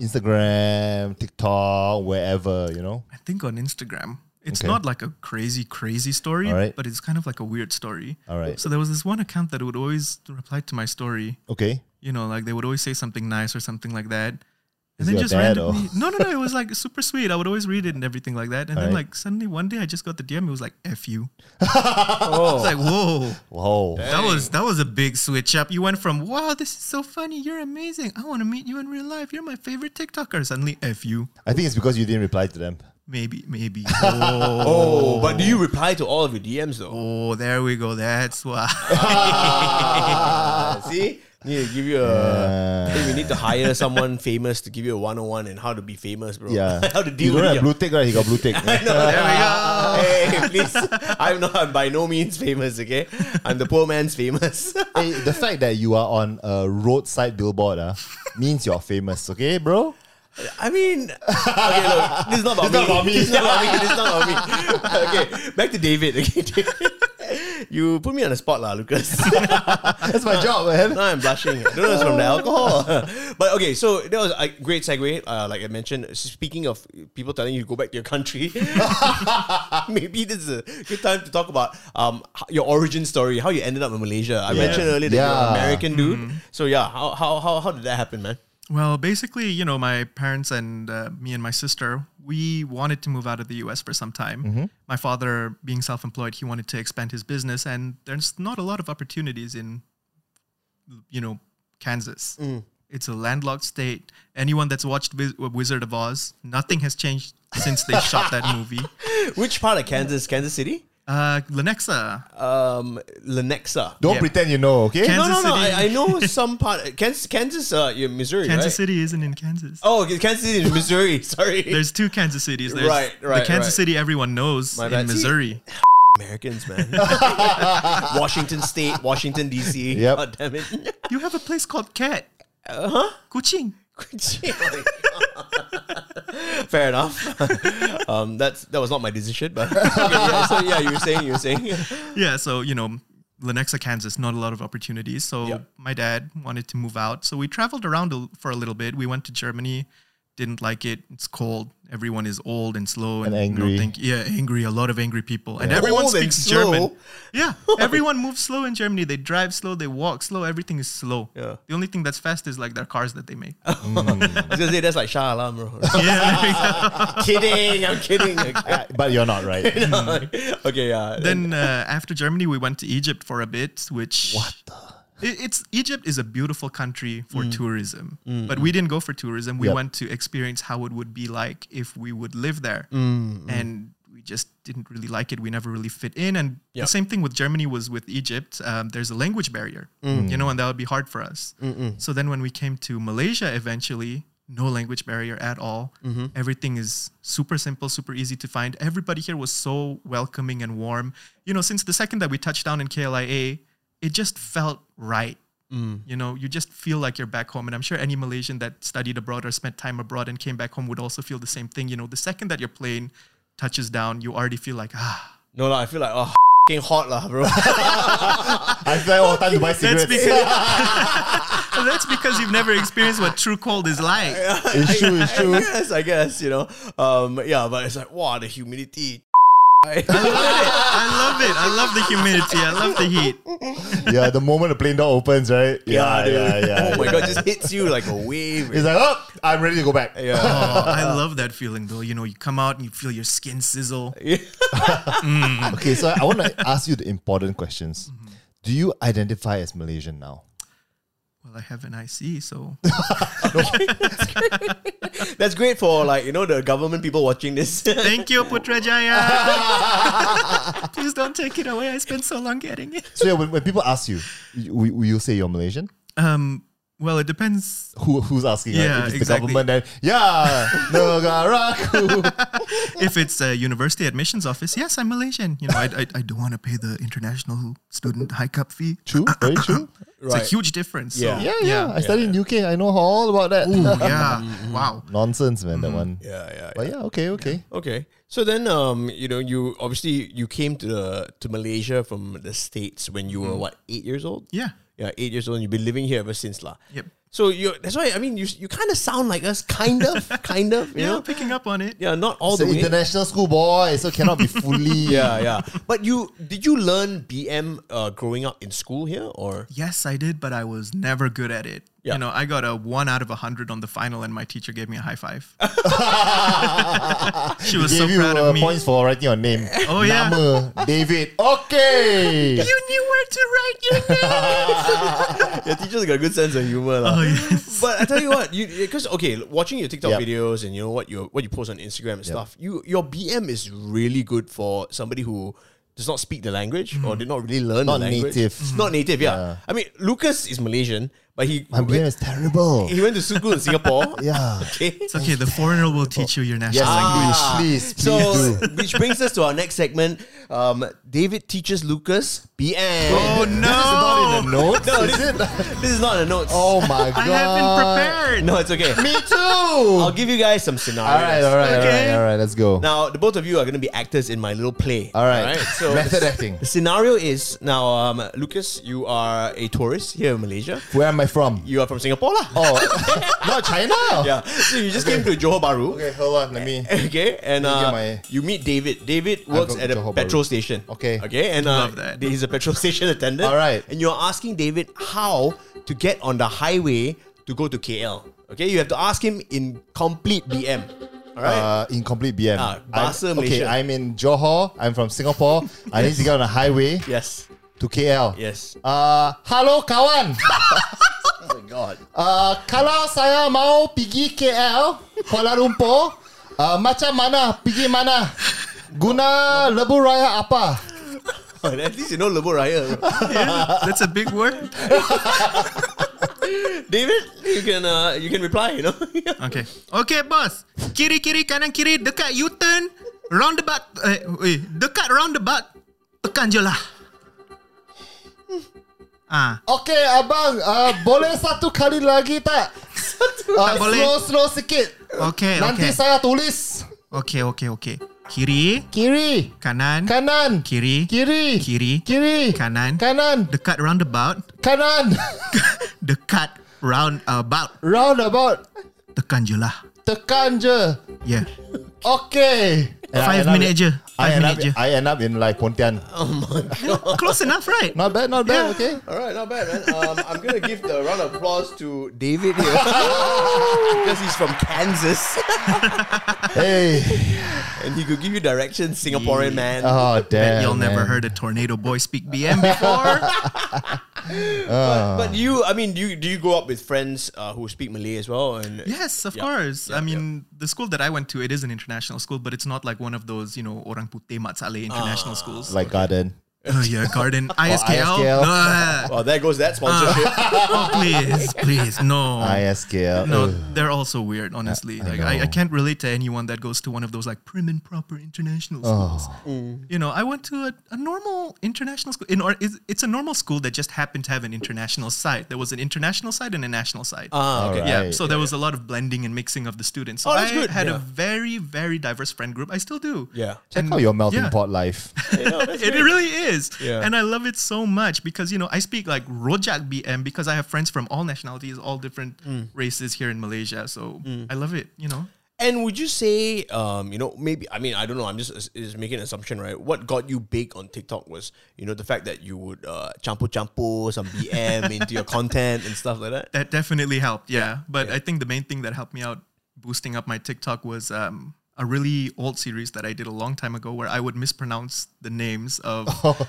Instagram, TikTok, wherever, you know? I think on Instagram. It's Okay. not like a crazy, crazy story, Alright. but it's kind of like a weird story. Alright. So there was this one account that would always reply to my story. Okay. You know, like they would always say something nice or something like that. Is And then it your just dad or- randomly, no, no, no. It was like super sweet. I would always read it and everything like that. And then Alright. like suddenly one day I just got the DM. It was like "f you." Oh. It's like whoa, Wow. that was that was a big switch up. You went from wow, this is so funny. You're amazing. I want to meet you in real life. You're my favorite TikToker. Suddenly "f you." I think it's because you didn't reply to them. Maybe, maybe. Oh, but do you reply to all of your DMs though? Oh, there we go. That's why. Oh. Ah, see? Need to give you a. Uh, I think we need to hire someone famous to give you a 101 and how to be famous, bro. Yeah. how to you deal don't with have your- blue tick, right? He got blue tick. No, There we go. Hey, please. I'm not. I'm by no means famous. Okay, I'm the poor man's famous. Hey, the fact that you are on a roadside billboard uh, means you're famous, okay, bro? I mean, okay, look, this is not about me. This is not about me. This is not about me. Okay, back to David. Okay, David. you put me on the spot, lah, Lucas. That's my job, man. now I'm blushing. I don't know if it's from the Oh. alcohol. but okay, so that was a great segue. Uh, like I mentioned, speaking of people telling you to go back to your country, maybe this is a good time to talk about um h- your origin story, how you ended up in Malaysia. I mentioned earlier that you're an Yeah. American dude. Mm-hmm. So yeah, how, how how how did that happen, man? Well, basically, you know, my parents and uh, me and my sister, we wanted to move out of the US for some time. Mm-hmm. My father, being self employed, he wanted to expand his business, and there's not a lot of opportunities in, you know, Kansas. Mm. It's a landlocked state. Anyone that's watched Wiz- uh, Wizard of Oz, nothing has changed since they shot that movie. Which part of Kansas? Kansas City? Uh, Lenexa, Um, Lenexa. Don't Yeah. pretend you know, okay? Can- no, no, Kansas no. City. I, I know some part. Kansas, Kansas, uh, you're Missouri, Kansas right? City isn't in Kansas. Oh, okay, Kansas City is Missouri. Sorry. There's two Kansas cities. There's Right, right, the Kansas right. City everyone knows My in bad. See, Missouri. Americans, man. Washington State, Washington D.C. Yep. God damn it. You have a place called Cat. Uh-huh. Uh huh. Kuching. Fair enough. um, that's that was not my decision, but okay, yeah, so yeah, you were saying, you were saying. Yeah, so you know, Lenexa, Kansas, not a lot of opportunities. So Yeah. my dad wanted to move out, so we traveled around a, for a little bit. We went to Germany. Didn't like it. It's cold. Everyone is old and slow and, And no angry. think- yeah, angry. A lot of angry people, and everyone Old and speaks slow? German. Yeah, everyone moves slow in Germany. They drive slow. They walk slow. Everything is slow. Yeah. The only thing that's fast is like their cars that they make. I was gonna say that's like Shah Alam, bro. yeah. there you go. kidding, I'm kidding. Okay, But you're not, right? okay yeah. then uh, after Germany, we went to Egypt for a bit, which what the. It's Egypt is a beautiful country for tourism, but we didn't go for tourism. We Yep. went to experience how it would be like if we would live there, and we just didn't really like it. We never really fit in, and Yep. the same thing with Germany was with Egypt. Um, there's a language barrier, you know, and that would be hard for us. So then when we came to Malaysia, eventually. No language barrier at all. Everything is super simple, super easy to find. Everybody here was so welcoming and warm. You know, since the second that we touched down in KLIA, it just felt right. You know, you just feel like you're back home. And I'm sure any Malaysian that studied abroad or spent time abroad and came back home would also feel the same thing. You know, the second that your plane touches down, you already feel like, ah, no, no, I feel like oh, f***ing hot, lah, bro. I feel like, oh, time to buy that's cigarettes. because, that's because you've never experienced what true cold is like. It's true, it's I true. guess, I guess, you know. Um, yeah, but it's like, wow, the humidity. I love it. I love the humidity. I love the heat. Yeah, the moment the plane door opens, right? Yeah, dude. yeah, yeah. oh my yeah. god, just hits you like a wave. It's like, oh, I'm ready to go back. yeah. Oh, I love that feeling though. You know, you come out and you feel your skin sizzle. Okay, so I want to ask you the important questions. Do you identify as Malaysian now? Well, I have an IC, so That's great for like you know the government people watching this. thank you, Putrajaya. Please don't take it away. I spent so long getting it. So yeah, when, when people ask you, you, will you say you're Malaysian? Um, well, it depends. Who, who's asking? right? Yeah, if it's exactly. the government, then yeah, Negaraku. If it's a university admissions office, yes, I'm Malaysian. You know, I, I, I don't want to pay the international student high cup fee. True, very true. It's a Right. huge difference. Yeah. So, Yeah, yeah. I studied in UK. I know all about that. Ooh, yeah. Wow. Nonsense, man. That one. yeah, yeah, yeah. But yeah, okay, okay. Okay, So then, um, you know, you obviously you came to the to Malaysia from the states when you were what eight years old. Mm. Yeah. yeah, eight years old, and you've been living here ever since, lah. Yep. So you that's why I mean you you kind of sound like us, kind of, kind of, you Yeah, know. picking up on it. Yeah, not all It's an the way. international school boy, so cannot be fully. Yeah, yeah. But you did you learn BM uh, growing up in school here or? Yes, I did, but I was never good at it. Yeah. You know, I got a one out of a hundred on the final, and my teacher gave me a high five. she was so Gave you proud uh, of me. points for writing your name. Oh, yeah. Nama, David. Okay. You knew where to write your name. Your teacher's got a good sense of humor, lah. oh yes. but I tell you what, you because okay, watching your TikTok Yep. videos and you know what you what you post on Instagram and stuff, you your BM is really good for somebody who does not speak the language or did not really learn Mm-hmm. Not the language. native. It's not native, yeah. I mean, Lucas is Malaysian, but he My brain went, is terrible. he went to school in Singapore. Yeah. Okay. Ah. It's okay. The foreigner will teach you your national Yes, language. please, please, please So, do. which brings us to our next segment. Um, David teaches Lucas BM. Oh no! The notes, No, is this, it? this is not a notes. Oh my god. I haven't prepared. No, it's okay. Me too. I'll give you guys some All scenarios. right, all right, all Okay. right, all right. Let's go. Now, the both of you are going to be actors in my little play. all right. So Method the, acting. the scenario is now, um, Lucas, you are a tourist here in Malaysia. Where am I from? You are from Singapore, lah. Oh, not China. Yeah. So you just came to Johor Bahru. Okay. Okay, hold on. Let me. and me get uh, my- you meet David. David works go at a Johor Bahru. petrol station. Okay. Okay, and uh, Love that. he's a petrol station attendant. All right. And you're asking David how to get on the highway to go to KL. Okay, you have to ask him in complete BM. All right. Uh, incomplete BM. Ah, I'm- Bahasa okay, Malaysia. I'm in Johor. I'm from Singapore. I need to get on a highway yes. to KL. Yes. Uh, hello kawan. Oh my God. Uh, kalau saya mau pergi KL, Kuala Lumpur, uh, macam mana? Pergi mana? Guna lebu raya apa? Oh, At least you know Lebu Raya. Yeah, that's a big word. David, you can uh, you can reply. You know. Okay. Okay, boss. Kiri kiri kanan kiri dekat U-turn roundabout eh, eh dekat roundabout tekan je lah. Ah, Okay, abang, uh, boleh satu kali lagi tak? Uh, Tak boleh. Eh, slow, slow sikit. okay, Nanti okay. saya tulis. Okay, okay, okay. Kiri, Kiri, kanan, kanan, kiri, Kan- kiri, kiri, kiri, kanan, kanan, dekat roundabout, kanan. dekat roundabout Roundabout, tekan je lah. tekan je. Yeah. Okay. And I Five end up minute in- je. I Five end, up, minute je. Oh. I end up in like Pontian. Oh Close enough, right? Not bad, not bad, okay? All right, not bad, man. Um, I'm gonna give the round of applause to David here because he's from Kansas Hey. and he could give you directions, Singaporean man. Oh damn! Y'all never man. heard a tornado boy speak BM before. But you, I mean, do you, do you grow up with friends uh, who speak Malay as well? And Yes, of Yeah, course. yeah, I mean, the school that I went to, it is an international school, but it's not like one of those, you know, Orang Putih Mat Saleh international Ah. schools. Like garden. Oh, yeah, Garden, ISKL. ISKL. No, uh, well, there goes that sponsorship. oh, please, please, no. ISKL. Uh, no, Ugh. they're all so weird, honestly. like, uh, I, I know. can't relate to anyone that goes to one of those like prim and proper international schools. Mm. You know, I went to a, a normal international school. In, or, it's, it's a normal school that just happened to have an international side. There was an international side and a national side. Ah, okay. Alright. Yeah, so there was a lot of blending and mixing of the students. Oh, So that's I good. had Yeah. a very, very diverse friend group. I still do. Yeah. Oh, Check out your melting yeah. pot life. It really is. Yeah. And I love it so much because, you know, I speak like Rojak BM because I have friends from all nationalities, all different Mm. races here in Malaysia. So I love it, you know. And would you say, um, you know, maybe I mean I don't know. I'm just is making an assumption, right? What got you big on TikTok was, you know, the fact that you would uh, champo champo some BM into your content and stuff like that. That definitely helped. Yeah. But I think the main thing that helped me out boosting up my TikTok was um, a really old series that I did a long time ago where I would mispronounce the names of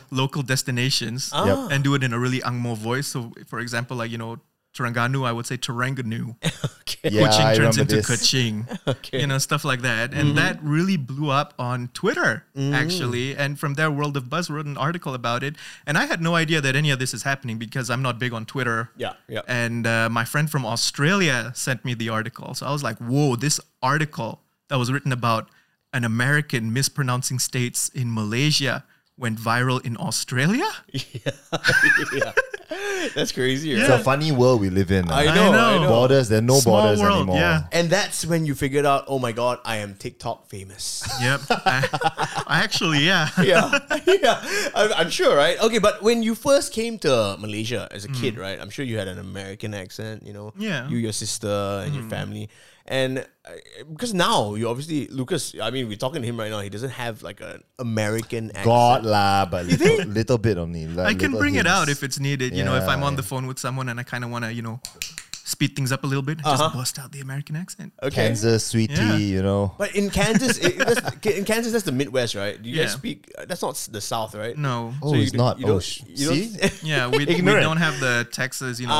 local destinations Yep. and do it in a really Angmo voice. So, for example, like, you know, Terengganu, I would say Terengganu. Okay. Yeah, Kuching I turns remember into this. Mm-hmm. Kuching. You know, stuff like that. And that really blew up on Twitter, Mm. actually. And from there, World of Buzz wrote an article about it. And I had no idea that any of this is happening because I'm not big on Twitter. Yeah, yeah. And uh, my friend from Australia sent me the article. So I was like, whoa, this article that was written about an American mispronouncing states in Malaysia went viral in Australia? yeah. That's crazy, right? It's a funny world we live in. I uh. know, I know. know. Borders, there are no Small borders world, anymore. yeah. And that's when you figured out, oh my god, I am TikTok famous. Yep. I, I actually, yeah. yeah, yeah, I'm, I'm sure, right? Okay, but when you first came to Malaysia as a kid, right? I'm sure you had an American accent, you know. Hmm. Yeah. Hmm. You, your sister, and your family, and uh, because now you obviously Lucas. I mean, we're talking to him right now. He doesn't have like an American accent. God lah, but little, little bit only. Like, I can little bring it out hints. if it's needed. You know, if I'm Yeah. on the phone with someone and I kind of want to, you know, speed things up a little bit, Uh-huh. just bust out the American accent. Okay. Kansas sweet Yeah. tea, you know. But in Kansas, it, that's, in Kansas, that's the Midwest, right? Do you guys Yeah. speak? uh, That's not s- the South, right? No. Oh, you it's d- not. you Oh, don't- sh- you don't- see? Yeah, we, we Ignorant. don't have the Texas, you know.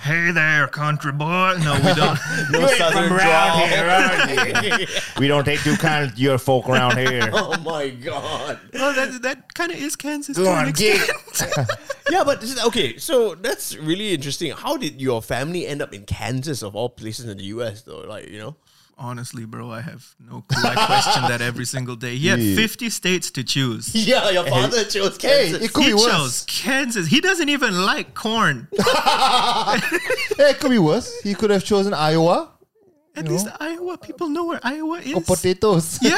Ah. Hey there, country boy. No, we don't. No southern drawl. we don't take too kind of your folk around here. oh my god. well, that that kind of is Kansas Go to an on, get extent. Yeah, but this is- okay, so that's really interesting. How did your family end up in Kansas of all places in the US though? Like, you know? Honestly, bro, I have no clue. I question that every single day. He had Yeah. 50 states to choose. Yeah, Uh, your father chose Hey, Kansas. it could He be chose worse. Kansas. He doesn't even like corn. Yeah, it could be worse. He could have chosen Iowa At You least know? Iowa people know where Iowa is. or potatoes. Yeah,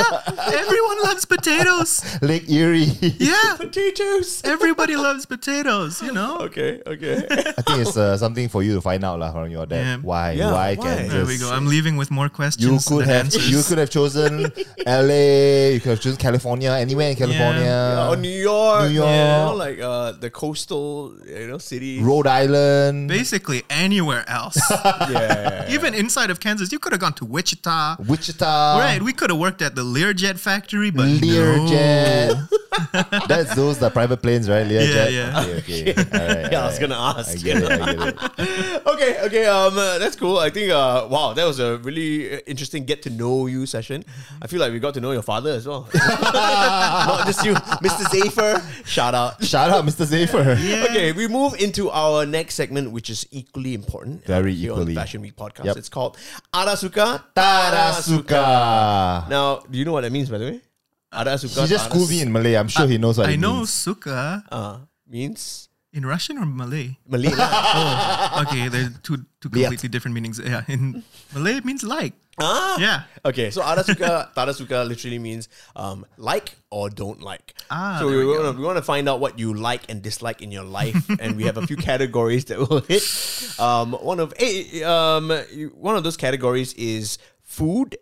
everyone loves potatoes. Lake Erie. Yeah, potatoes. everybody loves potatoes. You know. Okay, okay. I think it's uh, something for you to find out lah from your dad. Yeah. Why? Yeah, why? why? Kansas? There we go. I'm leaving with more questions. You could have than answers. you could have chosen LA, you could have chosen California, anywhere in California. or Uh, Oh, New York. you New know, York. like uh the coastal, you know, city. Rhode Island. Basically, anywhere else, Yeah. even inside of Kansas, you could have gone to Wichita. Wichita. Right, we could have worked at the Learjet factory, but no. Learjet. That's those the private planes, right? Learjet. yeah. Okay, okay. All right, Yeah, I all was right. gonna ask. I get it. I get it. okay, okay. Um, uh, that's cool. I think. Uh, wow, that was a really uh, interesting get to know you session. I feel like we got to know your father as well, not just you, Mr. Zafer. Shout out. Shout out, Mr. Zafer. Okay, we move into our next segment, which is equally important. Very here equally. On Fashion Week podcast. Yep. It's called Arasuka Tarasuka. Now, do you know what that means, by the way? Arasuka. He just schooled me in Malay. I'm sure he knows what I it know means. suka Oh. Uh, means in Russian or Malay. Oh, Malay. lah. Okay, there's two two completely different meanings. Yeah, in Malay it means like. ah. Yeah. Okay, so Arasuka, Tarasuka literally means um, like or don't like. Ah, so there we we want, to, we want to find out what you like and dislike in your life, and we have a few categories that we'll hit. Um, one of eh, um, you- one of those categories is food,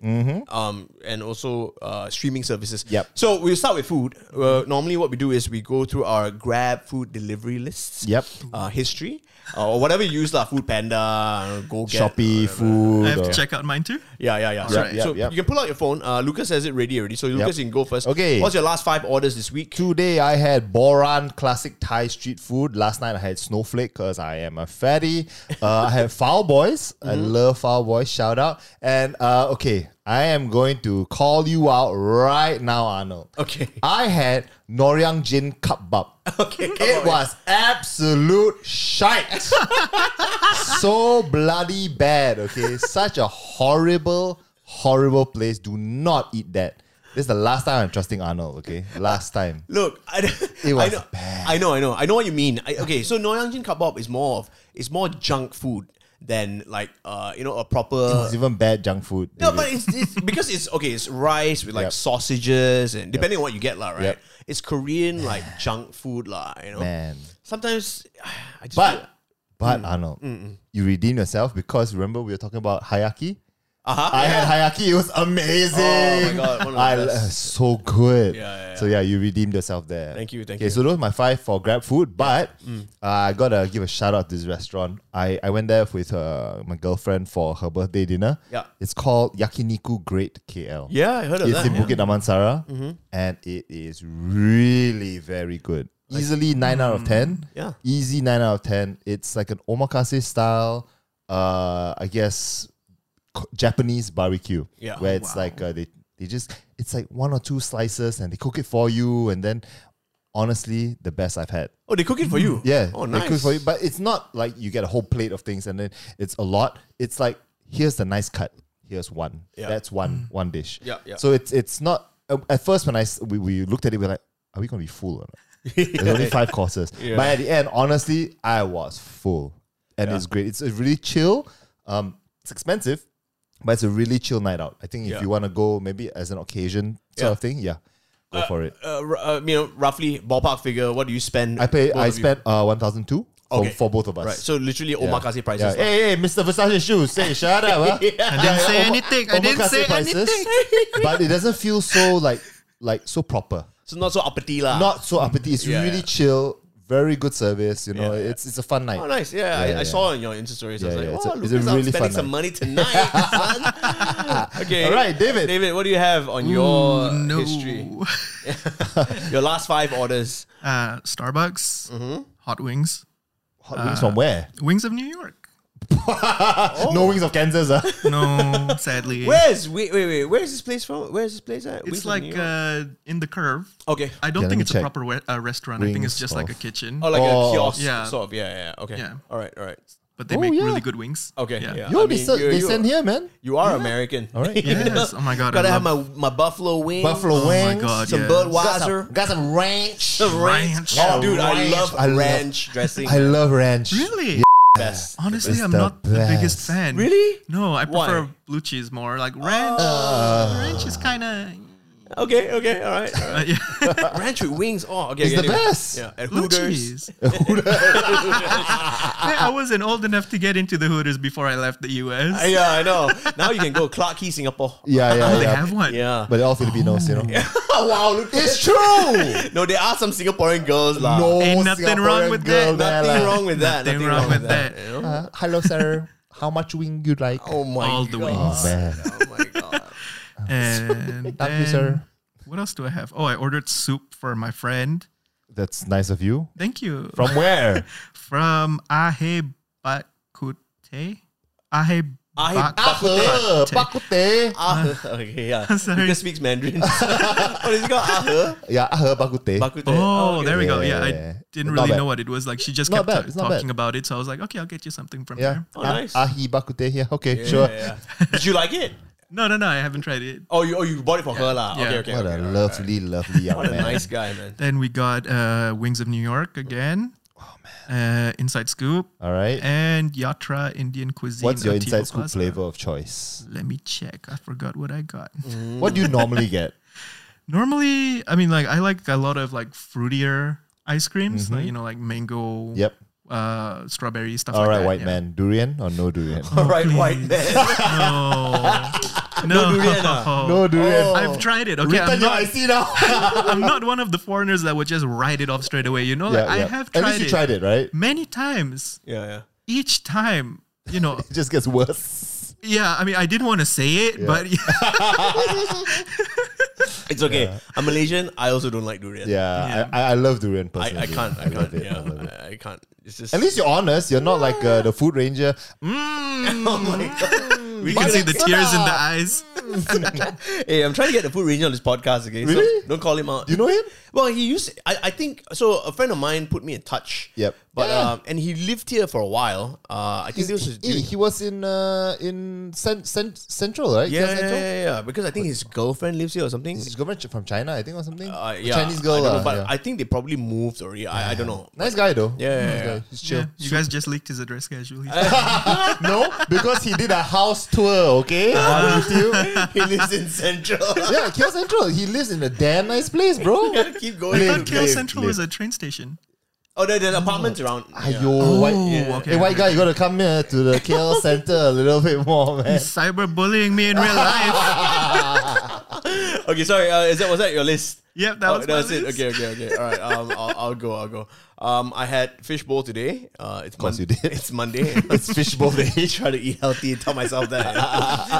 um, and also uh, streaming services. Yep. So we'll start with food. Uh, normally, what we do is we go through our Grab food delivery lists. Yep. Uh, history uh, or whatever you use, like Food Panda, Go Get, Shopee, food. I have or- to check out mine too. yeah, yeah, yeah. Alright. so Yep, so yep, yep. you can pull out your phone. Uh, Lucas has it ready already. So Lucas, you can go first. Okay. What's your last five orders this week? Today I had Boran classic Thai street food. Last night I had snowflake because I am a fatty. Uh, I had Foul Boys. I Mm-hmm. love Foul Boys. Shout out. And uh, okay, I am going to call you out right now, Arnold. Okay. I had Noryang Jin Kapbab. Okay. come It on. was absolute shite. so bloody bad, okay? Such a horrible, horrible place. Do not eat that. This is the last time I'm trusting Arnold, okay? Last time. Look, I, It I was know, bad. I know, I know, I know what you mean. I, okay, so Noyangjin kebab is more of it's more junk food than like uh you know a proper. It's even bad junk food. No, David. but it's, it's because it's okay. It's rice with like Yep. sausages and depending on what you get, lah, right? Yep. It's Korean like junk food, lah. You know, Man. sometimes I just But, but Mm, Arnold, you redeem yourself because remember we were talking about Hayaki? uh-huh, I yeah. had Hayaki. It was amazing. Oh my God, one of the I, best. uh, so good. Yeah, yeah, So yeah, you redeemed yourself there. Thank you, thank okay, you. Mm. so those are my five for Grab Food, but uh, I gotta give a shout out to this restaurant. I, I went there with uh, my girlfriend for her birthday dinner. Yeah. It's called Yakiniku Great KL. yeah, Mm-hmm. I heard of It's that. in Bukit Damansara, and it is really very good. Easily nine out of ten. mm, Yeah. easy nine out of ten. It's like an omakase style, uh, I guess, co- Japanese barbecue. Yeah. where it's like uh, they they just it's like one or two slices, and they cook it for you, and then honestly, the best I've had. Oh, they cook it for you. Mm-hmm. Yeah, Oh, they nice. cook for you, but it's not like you get a whole plate of things and then it's a lot. It's like here's the nice cut. Here's one. Yeah. That's one one dish. Yeah, yeah. So it's it's not. uh, At first, when I s- we, we looked at it, we are like, are we gonna be full or not? There's only five courses. Yeah. But at the end, honestly, I was full. And it's great. It's a really chill. Um, it's expensive, but it's a really chill night out. I think if Yeah. you want to go maybe as an occasion sort Yeah. of thing, yeah. Go for it. Uh, r- uh, you know, roughly ballpark figure. What do you spend? I pay both I of you? spent uh one thousand two for, Okay. for both of us. Right, so literally Yeah. omakase prices. Yeah. lah. Hey, hey, Mr. Versace shoes. Hey, shut up. Huh? I didn't say anything. I didn't Omakase say prices, anything. but it doesn't feel so like like so proper. So not so uppity lah. Not so uppity. It's Yeah, really yeah. chill. Very good service. You know, it's it's a fun night. Oh, nice. Yeah, I, Yeah, I yeah. saw on your Insta stories. I Yeah, was yeah, like, it's a- oh, it's Lucas a out really spending fun some money tonight, son. okay. All right, David. David, what do you have on your no. history? Your last five orders. Uh, Starbucks, Mm-hmm. hot wings, Hot wings from where? wings of New York. No wings of Kansas. Uh. No, sadly, Where's wait wait wait? Where's this place from? Where's this place at? Wings it's of like New York? uh, in the curve. okay. I Okay, don't let think me it's check. a proper we- uh, restaurant. I think Wings it's just like a of- kitchen. Oh, like Oh, a kiosk. yeah. Sort of. Yeah. Yeah. Okay. Yeah. All right. All right. but they Oh, make yeah. really good wings. Okay, yeah. Yo, I they, mean, sell- you- they you- send here, man. You are American. All right. Yes. Oh my god. Gotta I have love my my buffalo wings. Buffalo Oh my wings. god. Some yes. Got Budweiser. some, got some ranch. Some ranch. Ranch. Oh, dude, I Ranch. love I love- ranch dressing. I love ranch. Really? best. Honestly, It's I'm the not the biggest best. fan. Really? No, I Why? Oh. Uh. prefer blue cheese more. Like ranch. ranch is kind of. Okay, okay, all right. all Uh, right. yeah. Ranch with wings. Oh, okay. It's okay, the anyway. best. Yeah, at blue Hooters. cheese. Hey, I wasn't old enough to get into the Hooters before I left the US. Uh, yeah, I know. Now you can go Clark Key, Singapore. Yeah, yeah, Oh, yeah. they have one. Yeah. But they're all Filipinos, you know. oh, wow, look. It's true. No, there are some Singaporean girls lah. no, Ain't nothing Singaporean wrong with girl there, that. nothing lah. wrong with that. Nothing wrong with that. you know? Uh, hello, sir. How much wing you like? Oh my All the god. wings. man. Oh my god. And Thank you, then- sir. What else do I have? Oh, I ordered soup for my friend. That's nice of you. Thank you. From, From where? from Ahe Bakute. Ahe Ahe Bak- Bakute. Bakute. Ah, okay, yeah. sorry. Lucas speaks Mandarin. what is it called? Ah, Yeah, I heard Bakute. Bakute. Oh, there we go. Yeah, Yeah, yeah, I yeah. didn't Not really bad. know what it was like. She just Not kept bad. ta- It's not talking bad. about it, so I was like, okay, I'll get you something from Yeah. there. Oh, Ah- nice. Ahi Bakute here. Okay, Yeah, sure. yeah, yeah. Did you like it? No, no, no, I haven't tried it. Oh, you, oh, you bought it for her lah. Yeah. Okay, okay. What okay, a all right, all lovely, lovely young right. What a man. nice guy, man. Then we got uh, Wings of New York again. Oh man. Uh, Inside Scoop All right. and Yatra Indian Cuisine. What's your Ativo inside scoop Plaza. flavor of choice? Let me check. I forgot what I got. What do you normally get? Normally, I mean, like I like a lot of like fruitier ice creams, like, you know, like mango, Mm-hmm. Yep. uh, strawberry stuff. All like right, white that, yeah. man. Durian or no durian? All right, white man. No, no, durian, ah. no durian. I've tried it. Okay, Return I'm your IC not, now. I'm not one of the foreigners that would just write it off straight away. You know, like yeah, I yeah. have At tried least you it tried it, right? many times. Yeah, yeah. Each time, you know, It just gets worse. yeah. I mean, I didn't want to say it, but It's okay. I'm Malaysian. I also don't like durian. Yeah, Yeah. I, I, I love durian I, personally. I can't. I, love can't. it. yeah, I love it. I, I can't. It's just At least you're honest. You're not like uh, the food ranger. Oh my god. We you can see the Mother- tears in the eyes. Hey, I'm trying to get the food ranger on this podcast again. so Really? don't call him out. You know him? Well, he used. I, I think so. A friend of mine put me in touch. Yep. But Yeah. um, and he lived here for a while. Uh, I think this was. he, he was in uh, in cen- cen- Central, right? yeah, yeah, South yeah, Central? yeah, yeah. Because I think his girlfriend lives here or something. His girlfriend from China, I think, or something. Uh, A yeah, Chinese girl. I don't know, lah, but yeah. I think they probably moved already. I, I don't know. nice guy though. Yeah, yeah, Nice yeah. guy. He's chill. Yeah, you guys just leaked his address casually. no, because he did a house tour. Okay, I'm with you. he lives in Central. Yeah, Kill Central. He lives in a damn nice place, bro. Keep I going. thought Live, Kale live, Central live. was a train station. Oh, there, there's apartments around. Yeah. Ayo, white, yeah. hey, okay, white okay, guy, you gotta come here to the KL Center a little bit more, man. Cyberbullying me in real life. Okay, sorry. Uh, is that was that your list? Yep, that Oh, was my that's it. list. Okay, okay, okay. All right, um, I'll, I'll go. I'll go. Um, I had fish bowl today. Uh, it's of course you did. It's Monday. it's fishbowl day. Try to eat healthy. Tell myself that.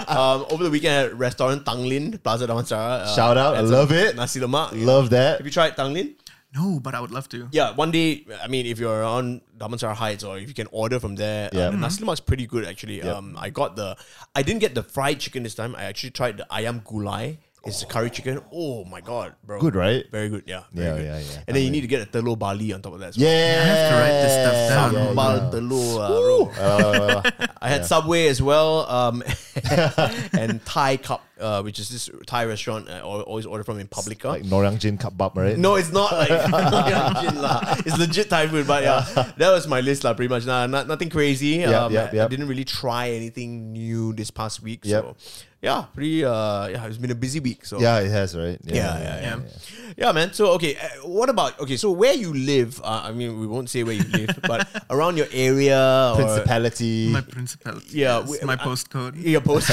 um, over the weekend at restaurant Tanglin Plaza Damansara. Uh, Shout out, I had love some it. Nasi lemak. Yeah. Love that. Have you tried Tanglin? No, but I would love to. Yeah, one day. I mean, if you're on Damansara Heights or if you can order from there, Yeah. Mm-hmm. yeah, the nasi lemak's pretty good actually. Um, I got the, I didn't get the fried chicken this time. I actually tried the ayam gulai. It's a curry chicken. Oh my god, bro! Good, right? Very good, yeah. Very Yeah, good. yeah, yeah. And then you need to get a telur bali on top of that. as well. Yeah. I have to write this stuff down. Yeah, Sambal yeah. Uh, telur, ah, bro. I had Subway as well, um, and Thai cup uh, which is this Thai restaurant I al- always order from in Publica. Like Norang Jin Kebab, right? No, it's not like legit lah. It's legit Thai food, but yeah, that was my list lah. Pretty much, nah, not, nothing crazy. Yep, um, yep, I- I yep. didn't really try anything new this past week. Yep. So, yeah, pretty. Uh, yeah, it's been a busy week. So Yeah, it has, right? yeah, yeah, yeah, yeah. man. So okay, uh, what about okay? So where you live? Uh, I mean, we won't say where you live, but around your area or Principality. My principality. Yeah, yes, we- my I- postcode. your post.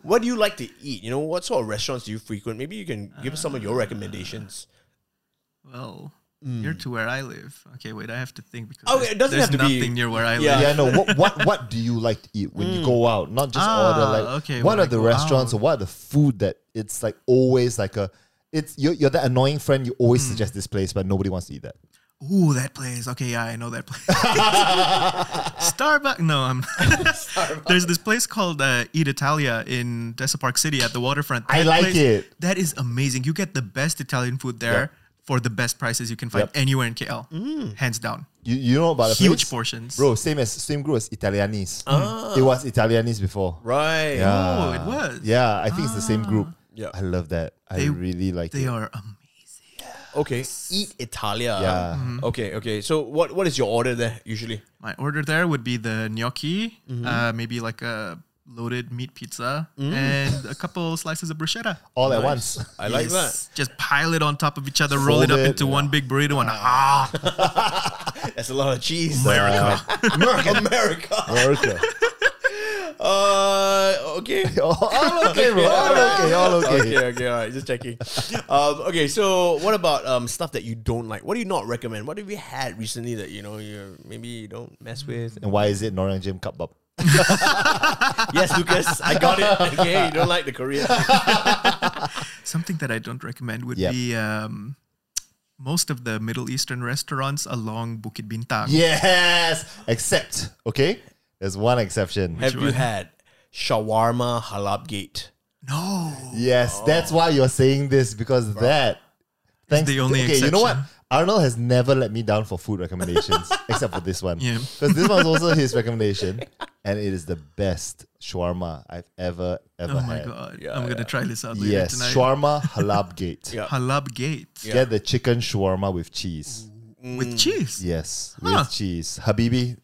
what do you like to eat? You know, what sort of restaurants do you frequent? Maybe you can give us some of your recommendations. Well, near to where I live. Okay, wait, I have to think because Mm. Oh, there's, it doesn't there's have to be- nothing near where I Yeah. live. Yeah, no. What, what what do you like to eat when you go out? Not just Hmm. Ah, order. Like, okay, what when are I the go restaurants out. or what are the food that it's like always like a. It's you're, you're that annoying friend. You always Hmm. suggest this place, but nobody wants to eat that. Ooh, that place. Okay, yeah, I know that place. Starbucks. No, I'm. There's this place called uh, Eat Italia in Desa Park City at the waterfront. I That like place- it. That is amazing. You get the best Italian food there for the best prices you can find Yep. anywhere in KL, Mm. hands down. You, you know about the place? Huge portions. Ah. bro. Same as same group as Italianis. It was Italianis before. Right. Oh, uh, it was. Yeah, I think it's the same group. Yeah. I love that. I Ah. They- really like They it. are amazing. Okay. Eat Italia. Mm-hmm. Yeah. Okay. Okay. So what what is your order there usually? My order there would be the gnocchi, Mm-hmm. uh, maybe like a loaded meat pizza, Mm. and a couple slices of bruschetta. All at once. I like Yes. Just pile it on top of each other, roll Fold it up it, into one big burrito, and ah, that. That's a lot of cheese. America. America. America. America. Uh, okay. all okay, bro. All okay. All okay. okay, okay, all right, just checking. Um, okay, so what about um, stuff that you don't like? What do you not recommend? What have you had recently that you know you maybe you don't mess with? And why is it Norang Jim Cup Bob? yes, Lucas, I got it. Okay, you don't like the Korean. Something that I don't recommend would Yep. be um, most of the Middle Eastern restaurants along Bukit Bintang. Yes. Except, okay? There's one exception. have you had shawarma halab gate? No. Yes, that's why you're saying this because that. Thanks. the only okay, you know what? exception. Arnold has never let me down for food recommendations except for this one. Yeah. Because this one's also his recommendation, and it is the best shawarma I've ever ever Oh my had. god. Yeah, I'm gonna try this out later Yes, tonight. shawarma halab gate. Yeah. Halab Gate Get the chicken shawarma with cheese. Mm. with cheese. Yes, Mm. Huh. with cheese. Habibi.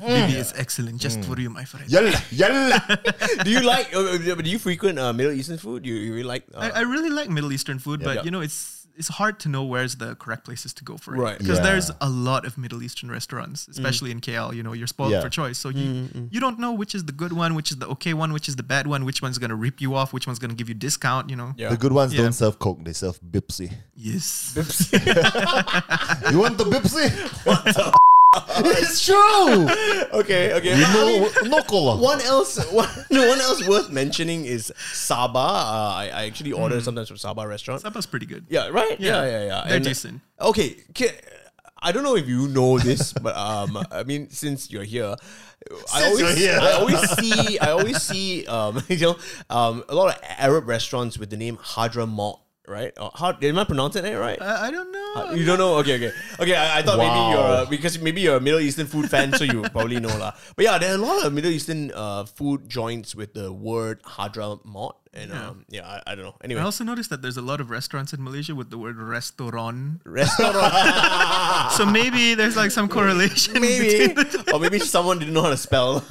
Maybe it's excellent just Mm. for you, my friend. Yalla, yalla. Do you like? Uh, uh, do you frequent uh, Middle Eastern food? You, you really like? Uh, I, I really like Middle Eastern food, but Yeah. you know it's it's hard to know where's the correct places to go for it. Right. Mm. Because Yeah. there's a lot of Middle Eastern restaurants, especially in KL. You know, you're spoiled Yeah. for choice, so you you don't know which is the good one, which is the okay one, which is the bad one, which one's gonna rip you off, which one's gonna give you discount. You know. Yeah. the good ones Yeah. don't serve Coke; they serve Bipsy. Yes. You want the Bipsy? What the? it's true. okay, okay. You I mean, know, no cola. One else, one, one else worth mentioning is Sabah. Uh, I, I actually Mm. order sometimes from Sabah restaurant. Saba's pretty good. Yeah, right. Yeah, Yeah. yeah, yeah. They're decent. Okay, ca- I don't know if you know this, but um, I mean, since you're here, I always, you're here. I always see, I always see, um, you know, um, a lot of Arab restaurants with the name Hadramaut, right? Or, how, am I pronouncing it right? I, I don't know. You don't know? Okay, okay, okay. I, I thought maybe Wow. you're a, because maybe you're a Middle Eastern food fan, so you probably know lah. But yeah, there are a lot of Middle Eastern uh, food joints with the word hadramaut, and um, yeah, I, I don't know. Anyway, I also noticed that there's a lot of restaurants in Malaysia with the word restaurant. restaurant So maybe there's like some correlation. Ah. maybe, between the- or maybe someone didn't know how to spell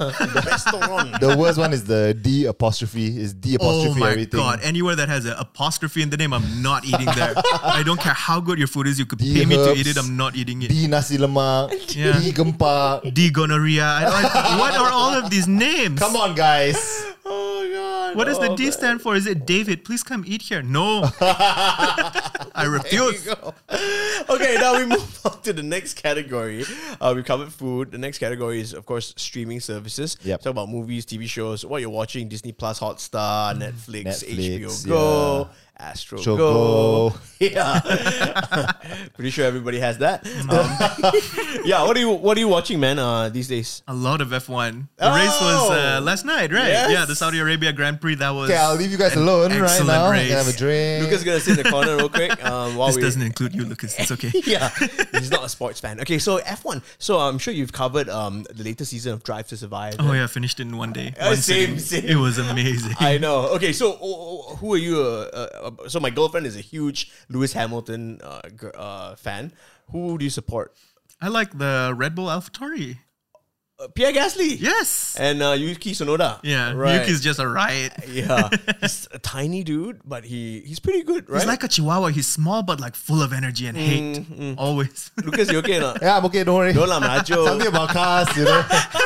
restaurant. The worst one is the D apostrophe. Is D Oh apostrophe my everything? god! Anywhere that has an apostrophe in the name, I'm not eating there. I don't care how good your food is. You could The pay me to eat herbs, it. I'm not eating it. D nasi lemak. Yeah. D gempa. D gonorrhea. I- I- what are all of these names? Come on, guys. Oh god! What does the oh, D man. stand for? Is it David? Please come eat here. No. I refuse. okay, now we move on to the next category. Uh, we covered food. The next category is, of course, streaming services. Yep. Talk about movies, TV shows, what you're watching, Disney Plus, Hotstar, Netflix, Netflix, HBO Go, Astro Astro Go. Go. yeah, pretty sure everybody has that. yeah, what are you what are you watching, man? Uh, these days. A lot of F1. The race was uh, Oh! last night, right? Yes. Yeah, the Saudi Arabia Grand Prix. That was. Okay, I'll leave you guys an alone right excellent now. Race. You can have a drink. Lucas gonna sit in the corner real quick. Um, while This we doesn't include you, Lucas. It's okay. yeah, he's not a sports fan. Okay, so F one. So I'm sure you've covered um the latest season of Drive to Survive. Oh yeah, finished in one day. Uh, One same, sitting. same. It was amazing. I know. Okay, so oh, oh, who are you? Uh, uh, uh, so my girlfriend is a huge Lewis Hamilton uh, gr- uh, fan. Who do you support? I like the Red Bull AlphaTauri. Uh, Pierre Gasly. Yes. And uh, Yuki Tsunoda. Yeah. Right. Yuki's just a riot. yeah. He's a tiny dude, but he he's pretty good, right? He's like a chihuahua. He's small but like full of energy and hate. Mm-hmm. Always. Lucas. You okay? or not? Yeah, I'm okay, don't worry. No lah, macho. Something about cars, you know.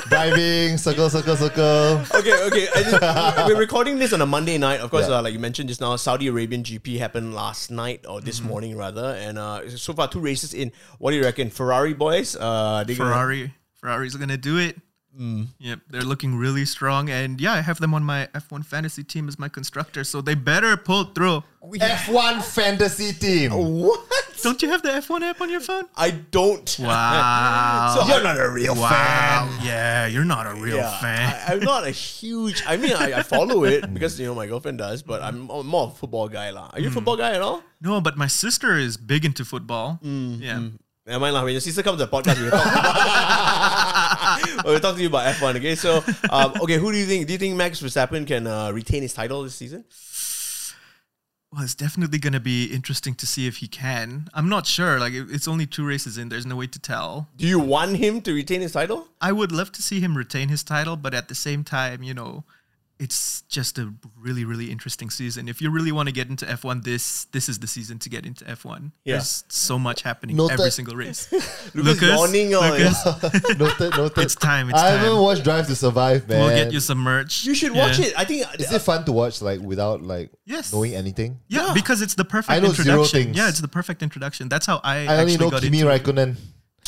Driving, circle, circle, circle. okay, okay. I just, we're recording this on a Monday night. Of course, Yeah. uh, like you mentioned just now, Saudi Arabian GP happened last night or Mm-hmm. this morning rather, and uh, so far two races in. What do you reckon, Ferrari boys? Uh, they gonna- Ferrari. Ferrari's gonna do it. Mm. Yep, they're looking really strong, and yeah, I have them on my F1 fantasy team as my constructor, so they better pull through. F1 fantasy team. Oh. What? Don't you have the F1 app on your phone? I don't. Wow. So you're not a real Wow. Yeah, you're not a real Yeah, fan. I, I'm not a huge. I mean, I, I follow it because you know my girlfriend does, but I'm more more a football guy lah. Hmm. Are you a football guy at all? no, but my sister is big into football. Mm, yeah. Never mind lah. When your sister comes to the podcast, we'll talk. we'll talk to you about F one. Okay, so um, okay, who do you think? Do you think Max Verstappen can uh, retain his title this season? Well, it's definitely going to be interesting to see if he can. I'm not sure. Like, it- it's only two races in. There's no way to tell. Do you want him to retain his title? I would love to see him retain his title, but at the same time, you know, it's just a really, really interesting season. If you really want to get into F1, this this is the season to get into F1. Yeah. There's so much happening Noted. every single race. Lucas yawning, oh, Lucas, noted, noted. It's time, it's I haven't time. watched Drive to Survive, man. we'll get you some merch. You should Yeah. watch it. I think. uh, Is it fun to watch like without like Yes. knowing anything? Yeah, Yeah. because it's the perfect I know zero introduction. things. Yeah, it's the perfect introduction. That's how I, I actually only know got Kimi into it. Raikkonen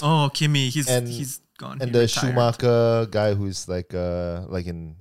Oh, Kimi, he's and he's gone. and He the retired. Schumacher guy who's like uh like in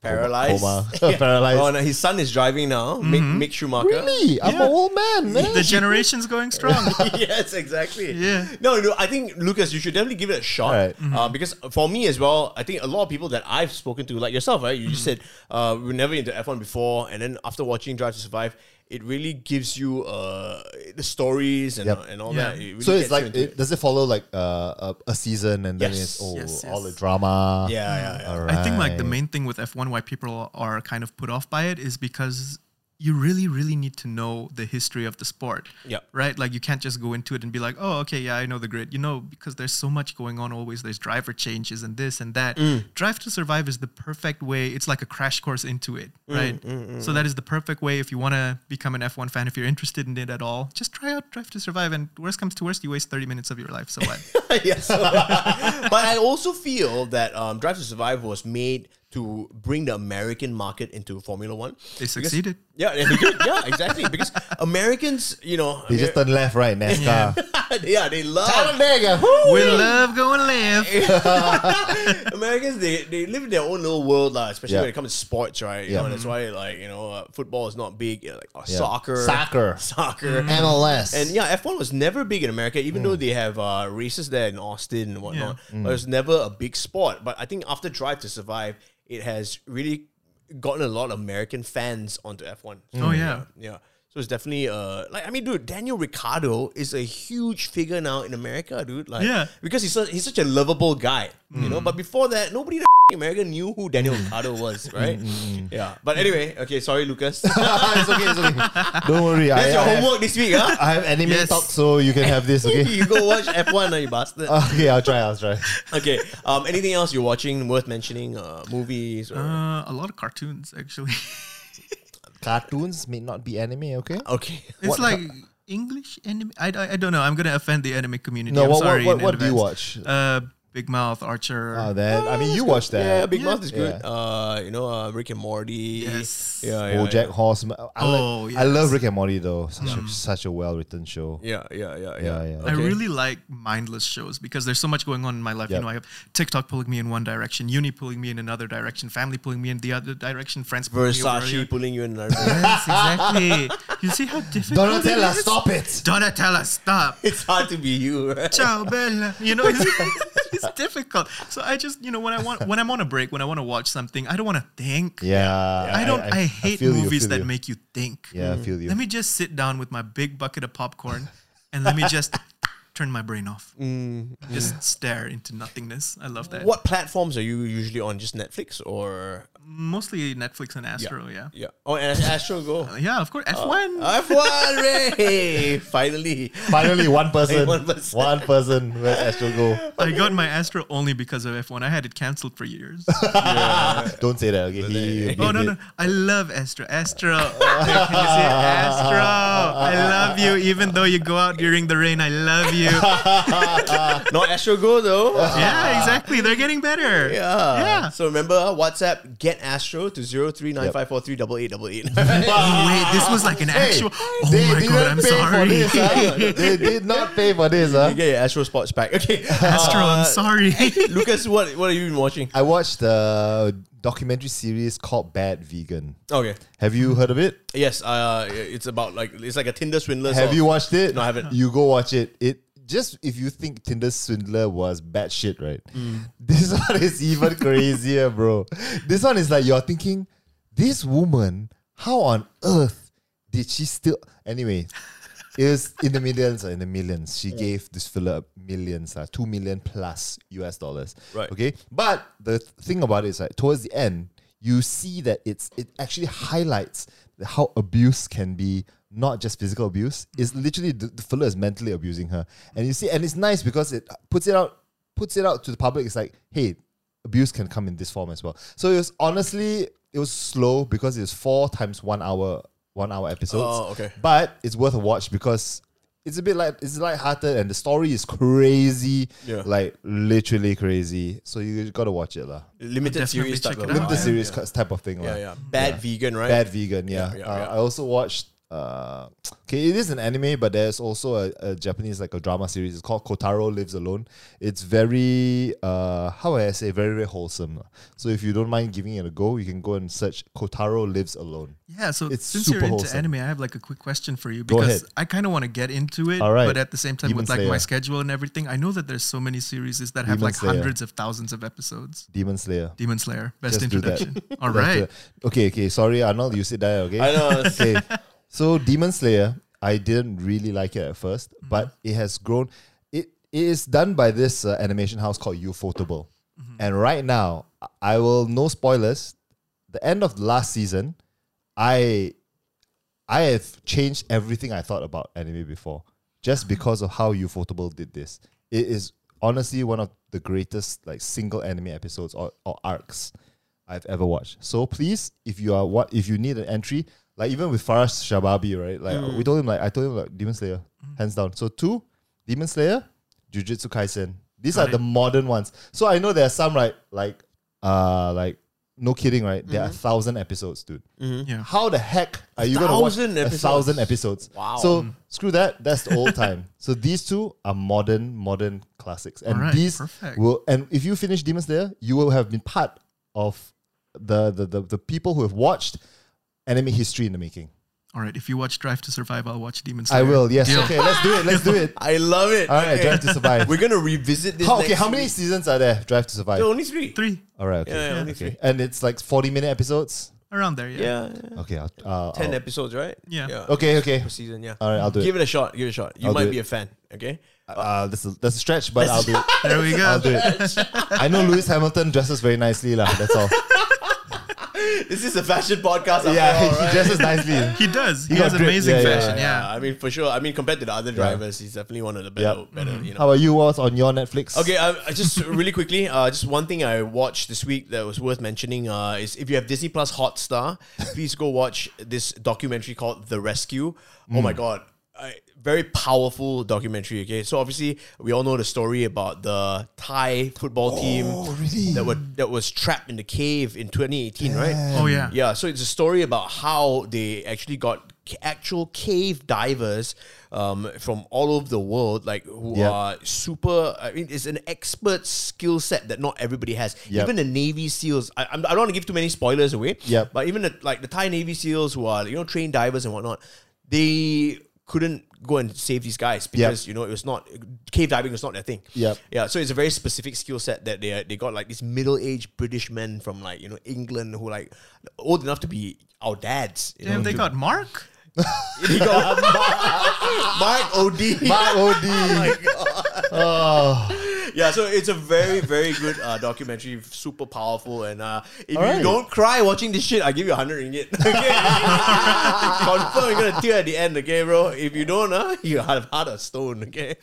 coma- Paralyzed. coma. Yeah. paralyzed. Oh, no, his son is driving now. Mick, Mm-hmm. Mick Schumacher. Really? I'm Yeah. an old man, man. The generation's going strong. yes, exactly. Yeah. Mm-hmm. No, no. I think Lucas, you should definitely give it a shot. Alright. Uh, because for me as well, I think a lot of people that I've spoken to, like yourself, right? You just Mm-hmm. said uh, we were never into F one before, and then after watching Drive to Survive, it really gives you uh, the stories and Yep. and all Yeah. that. It really so gets it's you like into it, does it follow like uh, a, a season and then Yes. it's oh Yes, all the yes. drama? Yeah, yeah, Mm-hmm. yeah. I think like the Alright. main thing with F1 why people are kind of put off by it is because you really really need to know the history of the sport. Yep. Right? Like you can't just go into it and be like, "Oh, okay, yeah, I know the grid." You know, because there's so much going on always. There's driver changes and this and that. Drive to Survive is the perfect way. It's like a crash course into it, right? so that is the perfect way if you want to become an F1 fan if you're interested in it at all. Just try out Drive to Survive and worst comes to worst you waste 30 minutes of your life. So what? yes. but I also feel that um, Drive to Survive was made to bring the American market into Formula One. they succeeded. Yeah, yeah, they did. yeah, exactly. Because Americans, you know, They just turn left, right? NASCAR. yeah, they love Talladega. We love going left. Eh. Americans. They, they live in their own little world, lah. Especially Yeah. when it comes to sports, right? You Yeah. know, that's why, like, you know, uh, football is not big. uh, Like uh, Yeah. soccer, Soccer. soccer, Mm. MLS. and yeah, F one was never big in America, Mm. even though they have uh, races there in Austin and whatnot. But it was never a big sport. But I think after Drive to Survive, it has really gotten a lot of American fans onto F one. Mm. Oh, yeah. yeah. So it's definitely uh like I mean, dude, Daniel Ricardo is a huge figure now in America, dude. Like, Yeah. because he's such, he's such a lovable guy, you Mm. know. But before that, nobody in America knew who Daniel Ricardo Mm, was, right? Yeah. But anyway, okay, sorry, Lucas. That's it's okay, it's okay. Don't worry. I, your I have- homework this week, huh? I have anime Yes. talk, so you can have this. Okay. you go watch F1, now you bastard. okay, I'll try. I'll try. okay. Um, anything else you're watching worth mentioning? Uh, movies? Or... Uh, a lot of cartoons actually. Cartoons may not be anime. Okay. okay. it's What like English anime. I, I, I don't know. I'm gonna offend the anime community. No, I'm what, sorry what, in what, what do you advance. watch? Uh, Big Mouth, Archer. Oh, that I mean, you watched that. Yeah, Big Yeah. Mouth is good. Yeah. Uh, you know, uh, Rick and Morty. Yes. Yeah, yeah, BoJack Horseman. I, Oh, like, I love yes. Mm. Rick and Morty though. Such a, such a well written show. Yeah, yeah, yeah, yeah. Yeah, yeah. I Okay. really like mindless shows because there's so much going on in my life. Yep. You know, I have TikTok pulling me in one direction, uni pulling me in another direction, family pulling me in the other direction, friends pulling me Versace over. pulling you in another. direction. Yes, exactly. you see how difficult Donatella, it is? stop it. Donatella, stop. it's hard to be you. Right? Ciao Bella. You know, it's, it's difficult. So I just, you know, when I want, when I'm on a break, when I want to watch something, I don't want to think. Yeah, I don't. I, hate feel you, movies feel that you. make you think. Yeah, I feel you. Let me just sit down with my big bucket of popcorn, and let me just turn my brain off. Mm, Just stare into nothingness. I love that. What platforms are you usually on? Just Netflix or Mostly Netflix and Astro. Yeah. yeah? Oh, and Astro Go. Yeah, of Oh, course. F one. I've won, Ray! Finally, Finally, one person. One person. One person. Where's Astro Go? I got my Astro only because of F one. I had it cancelled for years. Don't say that. Okay. He, Oh no no! I love Astro. Astro, Oh, can you say Astro? I love you, even though you go out during the rain. I love you. not Astro Go though. Yeah, exactly. They're getting better. Yeah. Yeah. So remember, uh, WhatsApp get Astro to zero three nine five four three double eight double eight. Wait, this was like an actual. Oh They my didn't god! I'm pay for sorry. this. huh? they did not pay for this. Huh? You get your Astro spots back. Okay, Astro, Uh, I'm sorry. Lucas, what what have you been watching? I watched a documentary series called Bad Vegan. Okay, Have you heard of it? yes, uh, it's about like it's like a Tinder swindler. Have sort you of- watched it? No, I haven't. You go watch it. It just if you think Tinder Swindler was bad shit, right? Mm. This one is even crazier, bro. This one is like you're thinking, this woman, how on earth did she still? Anyway, it was in the millions. In the millions, she gave this fella millions, uh, two million plus US dollars. Right. Okay. But the th- thing about it is like towards the end, you see that it's it actually highlights the- how abuse can be not just physical abuse. It's literally the, the fella is mentally abusing her, and you see, and it's nice because it puts it out puts it out to the public. It's like, hey, abuse can come in this form as well. So it was honestly it was slow because it was four times one hour one hour episodes. Oh, okay. But it's worth a watch because it's a bit like it's lighthearted and the story is crazy. Yeah. Like literally crazy. So you gotta watch it lah. limited Definitely series type check of it out. Limited yeah. series cu- type of thing lah. Yeah, yeah. Bad vegan, right? Bad vegan, yeah. Yeah, yeah, Uh, yeah. I also watched uh, okay, it is an anime, but there's also a, a Japanese like a drama series. It's called Kotaro Lives Alone. It's very uh, how would I say very very wholesome. lah. So if you don't mind giving it a go, you can go and search Kotaro Lives Alone. Yeah, so It's since super you're into wholesome. anime, I have like a quick question for you Go ahead. because I kind of want to get into it, All right. but at the same time, Demon with like my Slayer. schedule and everything, I know that there's so many series that have Demon like Slayer. hundreds of thousands of episodes. Demon Slayer. Demon Slayer, best Just do that. introduction. All That's right. the- Okay, okay. Sorry, Arnold, you sit there, okay? I know. Okay. So Demon Slayer, I didn't really like it at first, Mm-hmm. but it has grown. It, it is done by this uh, animation house called Ufotable. Mm-hmm. And right now, I- I will no spoilers. The end of the last season, I I have changed everything I thought about anime before just because of how Ufotable did this. It is honestly one of the greatest like single anime episodes or, or arcs I've ever watched. So please, if you are what if you need an entry, like even with Farash Shababi, right? Like Mm. we told him like I told him like Demon Slayer, hands down. So two, Demon Slayer, Jujutsu Kaisen. These Got are it. the modern ones. So I know there are some right like uh like no kidding, right? There are Mm-hmm. a thousand episodes, dude. Yeah. How the heck are you gonna watch Thousand a episodes. thousand episodes? Wow. So screw that. That's the old time. So these two are modern, modern classics, and Alright, these perfect. will. And if you finish Demon Slayer, you will have been part of the the the, the people who have watched anime history in the making. All right. If you watch Drive to Survive, I'll watch Demon I Slayer. will. Yes. Deal. Okay. Let's do it. Let's do it. I love it. All right. Okay. Drive to Survive. We're gonna revisit this. How, okay. next How many week. seasons are there? Drive to Survive. There are only three. Three All right. Okay. Yeah, yeah, only okay. three. And it's like forty minute episodes. around there. Yeah. Yeah, yeah. Okay. I'll, uh, 10 I'll- episodes, right? Yeah. Okay. Okay. Per season, yeah. All right. I'll do Give it. it a shot. Give it a shot. You I'll might do be it. a fan. Okay. Uh, that's a, that's a stretch, but I'll do it. There we go. I'll do it. I know Lewis Hamilton dresses very nicely, lah. That's all. This is a fashion podcast. After yeah, yeah. All, he right? dresses nicely. He does. He, got has grip. amazing Yeah, yeah, fashion. Yeah. I mean, for sure. I mean, compared to the other drivers, he's definitely one of the better, Yep. better you know. How about you? What's on your Netflix? Okay, uh, I, I just really quickly, uh, just one thing I watched this week that was worth mentioning uh, is if you have Disney Plus Hotstar, please go watch this documentary called The Rescue. Oh my god, I, very powerful documentary. Okay, so obviously we all know the story about the Thai football team that were that was trapped in the cave in 2018, right? Oh yeah. Yeah, so it's a story about how they actually got c- actual cave divers um, from all over the world, like who Yep. are super. I mean, it's an expert skill set that not everybody has. Yep. Even the Navy SEALs. I, I'm- I don't want to give too many spoilers away. Yep. But even the, like the Thai Navy SEALs, who are you know trained divers and whatnot, they couldn't go and save these guys because you know it was not cave diving was not their thing. Yep. Yeah, so it's a very specific skill set that they they got like these middle aged British men from like you know England who like old enough to be our dads. You Damn, know, they to- got Mark. they got Mark Od. My OD. Yeah, so it's a very very good uh, documentary, super powerful, and uh, if you Alright. don't cry watching this shit, I give you a hundred ringgit. Okay, confirm you're gonna tear at the end, okay, bro. If you don't, uh, you have heart of stone, okay.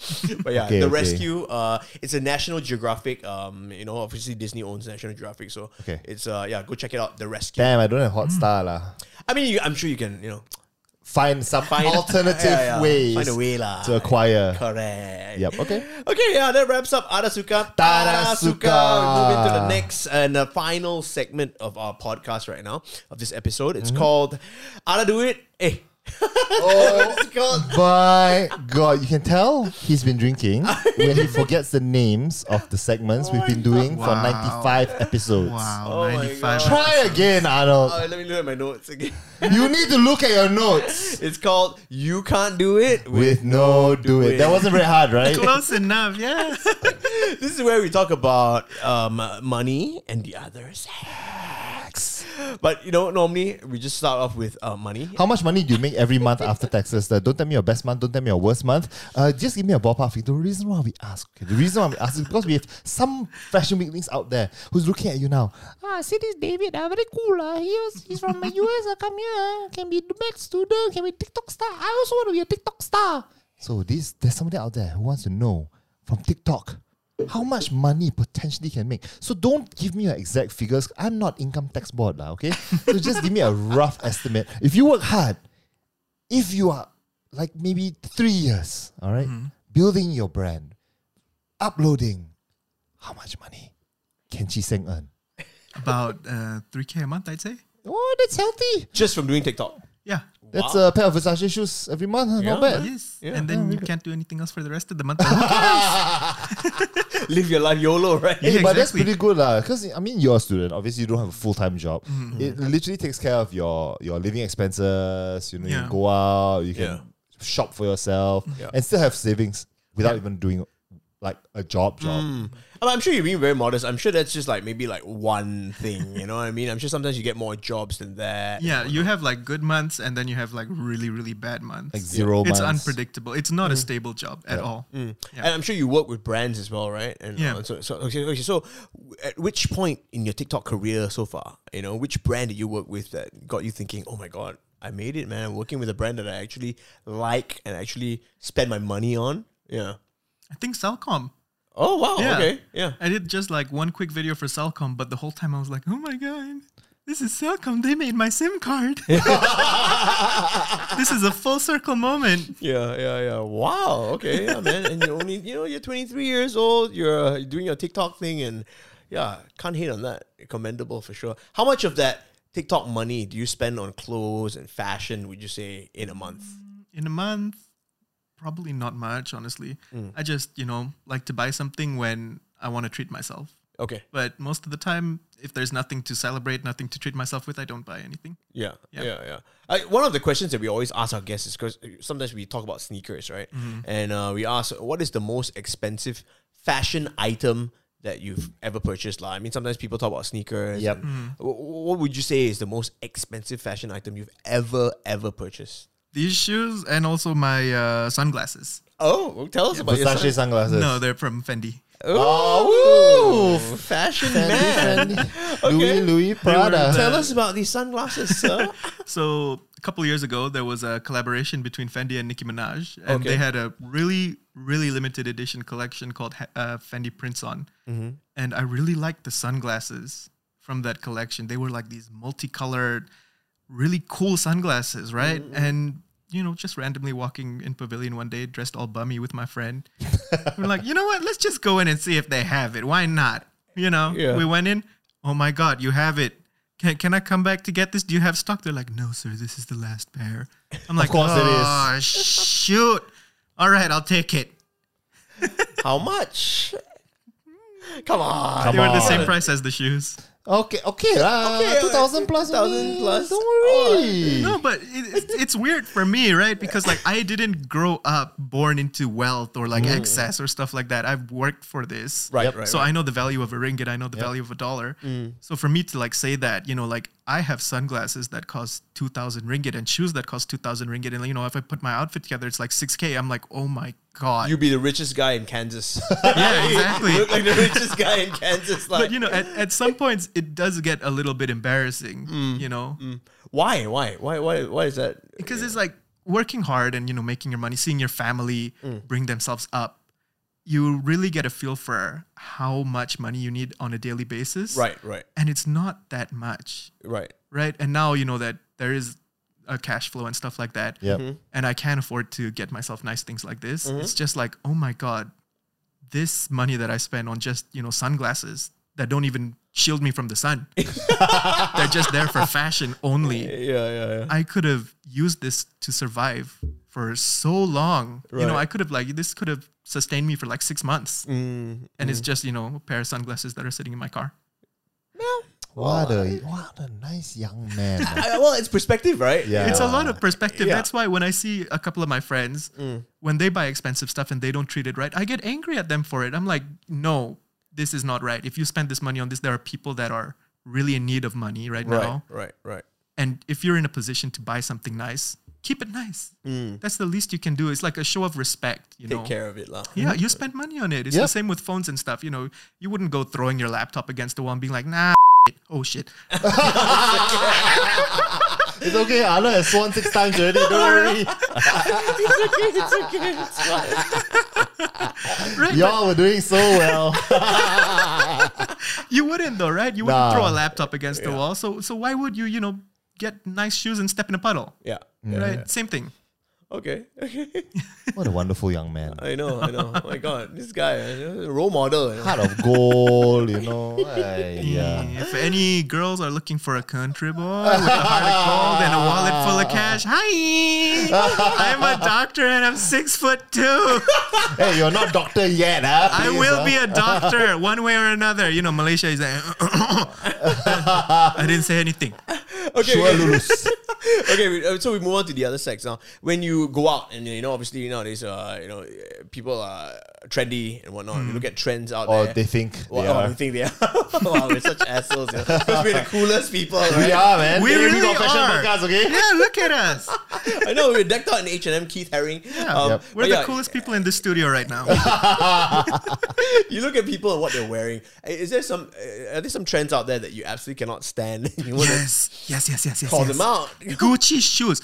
But yeah, Okay, the okay. rescue. Uh, it's a National Geographic. Um, you know, obviously Disney owns National Geographic, so Okay. it's uh, yeah, go check it out. The rescue. Damn, I don't have Hotstar lah. I mean, you, I'm sure you can, you know, Find some alternative yeah, yeah, ways find a way lah to acquire. Correct. Yep, okay. Okay, yeah, that wraps up Arasuka. Tarasuka. Move into the next and the final segment of our podcast right now, of this episode. It's called Ara Do It. Eh, Hey. it's Oh, called By God, you can tell he's been drinking when he forgets the names of the segments we've been doing for Wow. 95 episodes. Wow, Oh my 95. God. Try again, Arnold. Oh, let me look at my notes again. You need to look at your notes. It's called You Can't Do It. With no do it. That wasn't very hard, right? Close enough, yes. This is where we talk about um, money and the others. But you know, normally we just start off with uh, money. How much money do you make every month after taxes? Uh, don't tell me your best month. Don't tell me your worst month. Uh, just give me a ballpark figure. The reason why we ask, okay, the reason why we ask is because we have some fashion weaklings out there who's looking at you now. Ah, see this David, ah, very cool. Ah. He was, he's from the US, ah, come here. ah. Can be the med student, can be TikTok star. I also want to be a TikTok star. So this, there's somebody out there who wants to know from TikTok how much money potentially can make. So don't give me your exact figures. I'm not income tax board, lah, okay? so just give me a rough estimate. If you work hard, if you are like maybe three years, all right, Mm-hmm. building your brand, uploading, how much money can Chi Seng earn? About uh, 3K a month, I'd say. Oh, that's healthy. Just from doing TikTok. Yeah. That's a pair of Versace shoes every month. huh? Not Yeah. bad. Yes. and then you can't do anything else for the rest of the month. Who Live your life YOLO, right? Yeah, but that's exactly. pretty good lah. Because I mean, you're a student. Obviously, you don't have a full time job. Mm-hmm. It literally takes care of your your living expenses. You know, you Yeah. Mm-hmm. go out, you can Yeah. shop for yourself, Yeah. and still have savings without even doing like a job job. Mm, I'm I'm sure you're being very modest. I'm sure that's just like maybe like one thing, you know what I mean? I'm sure sometimes you get more jobs than that. Yeah, you have like good months and then you have like really, really bad months. Like zero It's months. unpredictable. It's not a stable job at all. Mm. And I'm sure you work with brands as well, right? And Yeah. uh, so, so, okay, okay, so w- at which point in your TikTok career so far, you know, which brand did you work with that got you thinking, oh my God, I made it, man. I'm working with a brand that I actually like and actually spend my money on? Yeah. I think Cellcom. Oh, wow. Yeah. Okay. Yeah. I did just like one quick video for Cellcom, but the whole time I was like, oh my God, this is Cellcom. They made my SIM card. this is a full circle moment. Yeah, yeah, yeah. Wow. Okay, yeah, man. And you're only, you know, you're 23 years old. You're uh, doing your TikTok thing, and yeah, can't hate on that. Commendable for sure. How much of that TikTok money do you spend on clothes and fashion? Would you say in a month? in a month probably not much honestly i just you know like to buy something when i want to treat myself Okay. but most of the time if there's nothing to celebrate nothing to treat myself with i don't buy anything Yeah, yeah, Yeah. yeah. I, one of the questions that we always ask our guests is because sometimes we talk about sneakers, right? And uh, we ask, what is the most expensive fashion item that you've ever purchased? Like, I mean, sometimes people talk about sneakers. Yep. and wh- wh- what would you say is the most expensive fashion item you've ever, ever purchased? these shoes and also my uh, sunglasses Oh, well, tell us about your Versace son. sunglasses. no they're from fendi Oh, Ah, woo, fashion man. Fendi, Fendi. Louis Louis Prada. Tell us about these sunglasses, sir. so a couple years ago there was a collaboration between fendi and nicki minaj and Okay. they had a really really limited edition collection called Ha- uh, fendi prints on and i really liked the sunglasses from that collection they were like these multicolored really cool sunglasses right and you know, just randomly walking in Pavilion one day, dressed all bummy with my friend. We're like, you know what? Let's just go in and see if they have it. Why not? You know, Yeah. we went in. Oh my God, you have it. Can, can I come back to get this? Do you have stock? They're like, no, sir, this is the last pair. I'm like, course it is. oh, shoot. All right, I'll take it. How much? Come on. Come They were the same on. price as the shoes. Okay, okay, lah. Okay, two thousand plus, 2,000 only. plus. Don't worry. Oh, No, but it, it's- it's weird for me, right? Because like I didn't grow up born into wealth or like excess or stuff like that. I've worked for this. Mm. Right, right, So right. Mm. I know the value of a ringgit. I know the value of a dollar. So for me to like say that, you know, like I have sunglasses that cost 2,000 ringgit and shoes that cost 2,000 ringgit. And, you know, if I put my outfit together, it's like 6K. I'm like, oh my God. You be the richest guy in Kansas. yeah, exactly. You look like the richest guy in Kansas. Like, but, you know, at, at some points, it does get a little bit embarrassing, Mm. you know? why? Why? Why? Why? Why is that? because it's like working hard and you know making your money seeing your family bring themselves up you really get a feel for how much money you need on a daily basis Right. Right. and it's not that much Right. right and now you know that there is a cash flow and stuff like that Yeah. and i can't afford to get myself nice things like this it's just like oh my god this money that i spend on just you know sunglasses that don't even shield me from the sun they're just there for fashion only Yeah. Yeah. Yeah. I could have used this to survive for so long. You know, Right. Mm, I could have like this could have sustained me for like six months, Mm. and it's just you know a pair of sunglasses that are sitting in my car. What a what a nice young man. I- well, it's perspective, right? Yeah. It's a lot of perspective. Yeah. Mm. That's why when I see a couple of my friends when they buy expensive stuff and they don't treat it right, I get angry at them for it. I'm like, no, this is not right. If you spend this money on this, there are people that are really in need of money right, Right. now. Right. Right. and if you're in a position to buy something nice, keep it nice. That's the least you can do. It's like a show of respect, Mm. you Take know. care of it, lah. Yeah, Mm-hmm. you spend money on it. It's the Yep. same with phones and stuff. You know, you wouldn't go throwing your laptop against the wall and being like, nah, shit. oh shit. it's okay. Arnold has sworn six times already. Don't worry. Right? Y'all were doing so well. You wouldn't though, right? You wouldn't Nah. throw a laptop against the wall. So so why would you, you know, get nice shoes and step in a puddle? Yeah. Mm. Right? Same thing. Okay. Okay. What a wonderful young man. I know. I know. Oh my God, this guy, uh, role model. you know. Heart of gold, you know. Ay, yeah. If any girls are looking for a country boy with a heart of gold and a wallet full of cash, hi! I'm a doctor and I'm six foot two. Hey, you're not doctor yet, huh? I Please, will huh? be a doctor one way or another. You know, Malaysia is like, I didn't say anything. Okay. Sure, okay. Lulus. okay, we- uh, so we move on to the other sex now. When you go out, and you know, obviously nowadays, uh, you know, uh, people are trendy and whatnot. You look at trends out there. Or Mm. Oh, they think Wow, they you are. think they are? wow, we're such assholes. You know? 'Cause we're the coolest people. Right? We are, man. We Hey, really got fashion are. podcast, okay? Yeah, look at us. I know we're decked out in H and M. Keith Haring. Um, Yeah, Yep. but We're the yeah, coolest people in the studio right now. You look at people and what they're wearing. Uh, Is there some? uh, Are there some trends out there that you absolutely cannot stand? you want to yes, yes, yes, yes, yes. call yes. them out? Gucci shoes.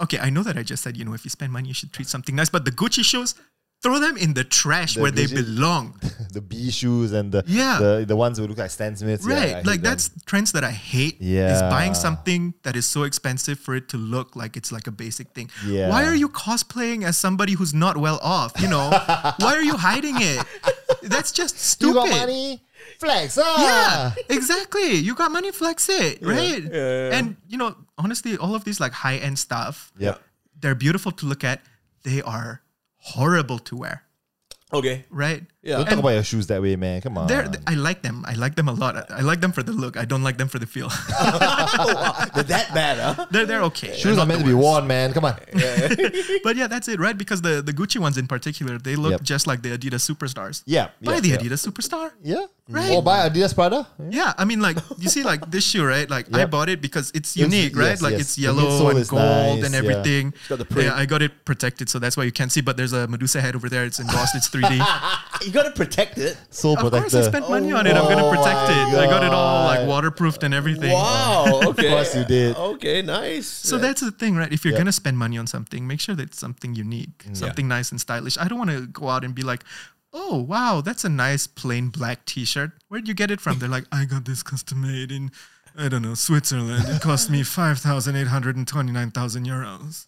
Okay, I know that I just said, you know, if you spend money, you should treat something nice, but the Gucci shoes, throw them in the trash where they Gucci- belong. The B shoes and the Yeah. the, the ones who look like Stan Smiths. Yeah, I Right. hate like them. that's trends that I hate. Is Yeah. buying something that is so expensive for it to look like it's like a basic thing. Yeah. Why are you cosplaying as somebody who's not well off? You know? Why are you hiding it? That's just you stupid. got money. Flex, ah. Yeah, exactly. You got money, flex it, right? And you know, honestly, all of these like high end stuff, Yep. they're beautiful to look at. They are horrible to wear, Okay. right? Yeah. Don't talk about your shoes that way, man. Come on. They're, I like them. I like them a lot. I, I like them for the look. I don't like them for the feel. They're that bad, huh? they're they're okay. They're shoes not are meant to the be worst. worn, man. Come on. But yeah, that's it, right? Because the the Gucci ones in particular, they look Yep. just like the Adidas superstars. Yeah, buy yeah, the yeah. Adidas superstar. Yeah. Right. Or buy Adidas Prada. Yeah, I mean, like you see, like this shoe, right? Like I Yep. bought it because It's- it's unique, right? yes, like yes. it's The yellow midsole and is gold nice, and yeah. everything. got the print. Yeah, I got it protected, so that's why you can't see. But there's a Medusa head over there. It's embossed. It's 3D. of You gotta protect it. Soul course, I protector. spent money on it. I'm gonna Oh protect my it. I got it all like God. waterproofed and everything. Wow. Okay. course you did. Okay. Nice. So that's the thing, right? If you're gonna spend money on something, make sure that it's something unique, Mm. something nice and stylish. I don't want to go out and be like, "Oh, wow, that's a nice plain black T-shirt. Where'd you get it from?" They're like, "I got this custom made in I don't know, Switzerland. It cost me 5,829,000 euros.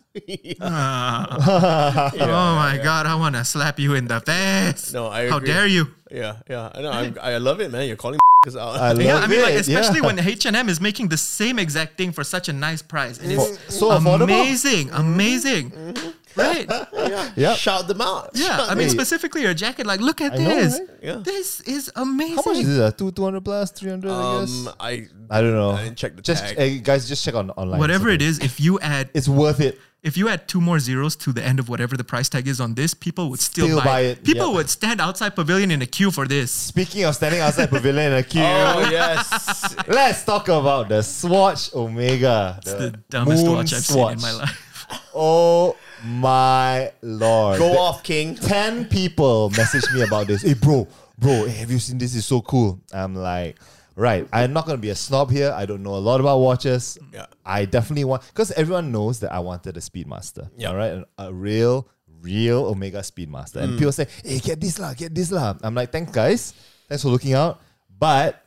Ah. oh my God, I want to slap you in the face. No, I How agree. dare you? Yeah, yeah. I know. I'm, I love it, man. You're calling out. I love Yeah, I mean, like, it, yeah. especially when H&M is making the same exact thing for such a nice price. And it's Oh, so affordable. Mm-hmm. amazing, amazing. Right? Yeah. Shout them out. Yeah, Shout I mean, them- specifically your jacket. Like, look at I know, this. right? Yeah. This is amazing. How much is it? Uh, two two hundred plus three hundred. I guess. Um, I I don't know. I didn't check the just tag. hey, guys, just check on online. Whatever it It's okay. is, if you add it's worth it. if you add two more zeros to the end of whatever the price tag is on this, people would still, Still buy, buy it. it, People yeah. would stand outside pavilion in a queue for this. Speaking of standing outside pavilion in a queue, Oh yes. let's talk about the Swatch Omega. It's the dumbest Uh, Moon watch I've seen in Swatch. my life. Oh my lord! Go off, King. Ten people messaged me about this. Hey, bro, bro, hey, have you seen this? It's so cool. I'm like, right. I'm not gonna be a snob here. I don't know a lot about watches. Yeah. I definitely want because everyone knows that I wanted a Speedmaster. Yeah. All right, An- a real, real Omega Speedmaster. And Hmm. people say, "Hey, get this lah, get this lah." I'm like, "Thanks, guys. Thanks for looking out." But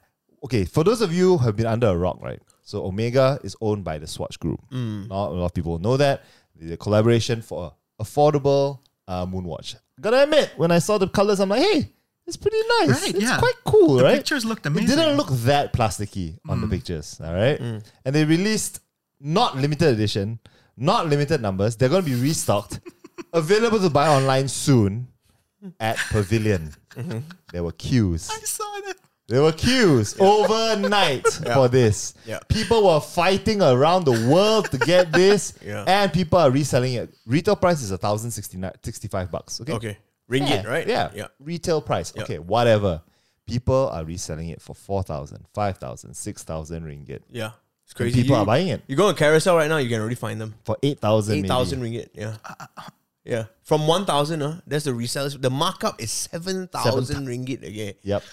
okay, for those of you who have been under a rock, right? So Omega is owned by the Swatch Group. Hmm. Not a lot of people know that. The collaboration for a affordable uh, Moonwatch. Gotta admit, when I saw the colors, I'm like, "Hey." It's pretty nice. Right, it's yeah. quite cool, The right? pictures looked It amazing. Mm. didn't look that plasticky on the pictures, all right? Mm. And they released not limited edition, not limited numbers. They're going to be restocked, available to buy online soon at Pavilion. Mm-hmm. There were queues. I saw that. There were queues overnight for this. Yeah. People were fighting around the world to get this, Yeah. and people are reselling it. Retail price is 1,065 bucks. Okay. Okay. Ringgit, Yeah, right? Yeah. Yeah. Retail price. Yeah. Okay, whatever. People are reselling it for 4,000, 5,000, 6,000 ringgit. Yeah. It's crazy. people You- are buying it. You go on Carousel right now, you can already find them. For 8,000 Eight maybe. thousand ringgit. Yeah. Yeah. From one thousand, uh, that's the resellers. The markup is seven thousand ringgit again. Yep.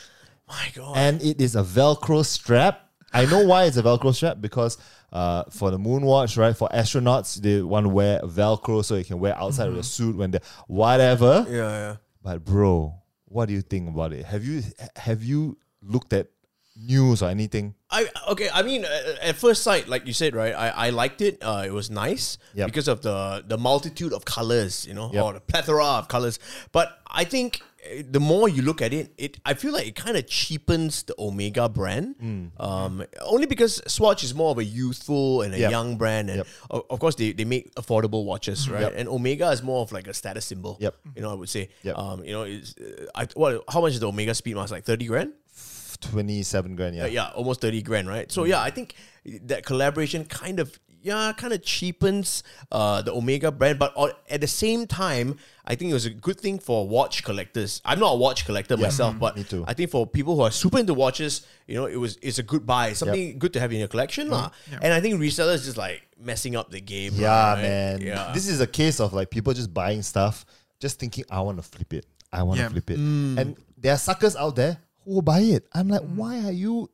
My God. And it is a Velcro strap. I know why it's a Velcro strap because uh, for the moonwatch, right? For astronauts, they want to wear Velcro so you can wear outside of the Mm-hmm. suit when they whatever. yeah, yeah. But bro, what do you think about it? Have you have you looked at news or anything? I okay. I mean, uh, at first sight, like you said, right? I, I liked it. Uh, it was nice Yep. because of the the multitude of colors, you know, Yep. or the plethora of colors. But I think uh, the more you look at it, it I feel like it kind of cheapens the Omega brand, Hmm. um, only because Swatch is more of a youthful and a Yep. young brand, and Yep. Mm-hmm. o- of course they, they make affordable watches, right? And Omega is more of like a status symbol. Yep. You know, I would say. Yep. Um, you know, it's, uh, I what? How much is the Omega Speedmaster? Like thirty grand. 27 grand, yeah. Uh, yeah, almost 30 grand, right? So yeah, I think that collaboration kind of yeah, kind of cheapens uh, the Omega brand, but all, at the same time, I think it was a good thing for watch collectors. I'm not a watch collector myself, but me too. I think for people who are super into watches, you know, it was it's a good buy, It's something good to have in your collection, lah. And I think resellers just like messing up the game. Yeah, right? man. Yeah. This is a case of like people just buying stuff, just thinking, I want to flip it. I want to Yeah. flip it. Mm. And there are suckers out there who will buy it. I'm like, why are you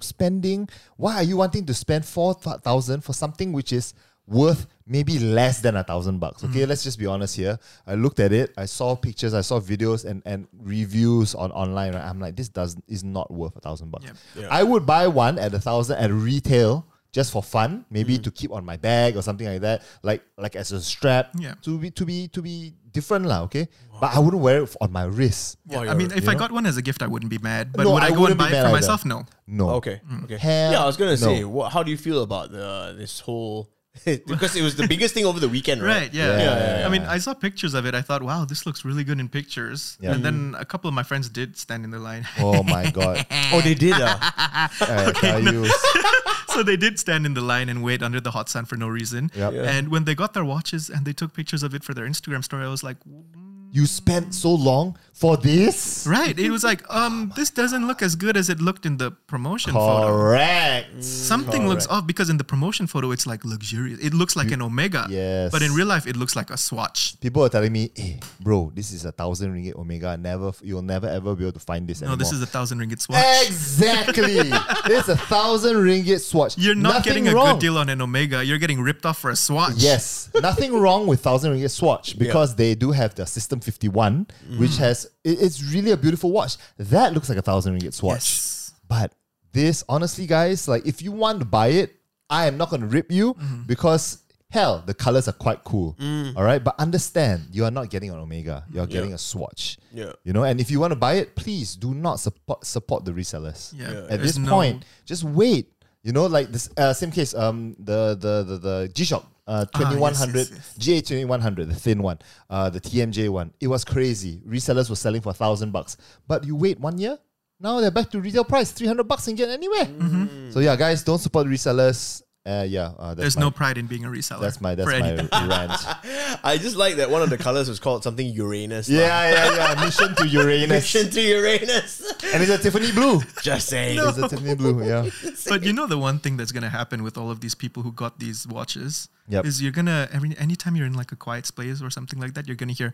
spending? Why are you wanting to spend 4,000 for something which is worth maybe less than a thousand bucks? Okay, let's just be honest here. I looked at it, I saw pictures, I saw videos and, and reviews on online. Right? I'm like, this does is not worth a thousand bucks. Yep. I would buy one at a thousand at retail just for fun, maybe to keep on my bag or something like that, like like as a strap. Yeah. To be to be to be different lah, okay. But I wouldn't wear it f- on my wrist. Wow, I mean, you're- if I got one as a gift, I wouldn't be mad. But No, would I I, go wouldn't and be buy mad it for either. myself? No. No. Okay. Okay. Hell yeah, I was gonna say, no. wha how do you feel about the this whole? because it was the biggest thing over the weekend, right? Right, yeah. Yeah, I mean, I saw pictures of it. I thought, wow, this looks really good in pictures. Yeah. Mm-hmm. And then a couple of my friends did stand in the line. Oh my god. Oh, they did. Uh. I tell you. so they did stand in the line and wait under the hot sun for no reason. Yep. Yeah. And when they got their watches and they took pictures of it for their Instagram story, I was like, You spent so long for this? right. It was like, um, this doesn't look as good as it looked in the promotion photo. Correct. Something looks off because in the promotion photo, it's like luxurious. It looks like an Omega. Yes. But in real life, it looks like a Swatch. People are telling me, hey, bro, this is a thousand ringgit Omega. Never you'll never ever be able to find this No, anymore. this is a thousand ringgit Swatch. Exactly. it's a thousand ringgit swatch. You're not Nothing getting a wrong. good deal on an Omega. You're getting ripped off for a Swatch. Yes, nothing wrong with thousand ringgit swatch because they do have the System Fifty One, Mm. which has it- it's really a beautiful watch that looks like a thousand ringgit swatch, Yes. but this, honestly, guys, like if you want to buy it, I am not going to rip you Mm-hmm. because hell, the colors are quite cool. Mm. All right, but understand you are not getting an Omega. You are getting a Swatch. Yeah. you know. And if you want to buy it, please do not support support the resellers. Yeah, at there's this no- point, just wait. You know, like this uh, same case. Um, the the the, the G Shock. Uh, Ah, yes, 2100 yes, yes. GA 2100 the thin one uh, the TMJ one it was crazy resellers were selling for a thousand bucks but you wait one year now they're back to retail price 300 bucks and get anywhere Mm-hmm. so yeah guys don't support resellers uh, yeah uh, that's There's my, no pride in being a reseller. that's my for that's my anything. rant I just like that one of the colors was called something Uranus. lah. yeah yeah yeah mission to Uranus Mission to Uranus. and it's a Tiffany blue Just saying. it's a Tiffany blue yeah But you know the one thing that's gonna happen with all of these people who got these watches Yep. is you're gonna every anytime you're in like a quiet space or something like that, you're gonna hear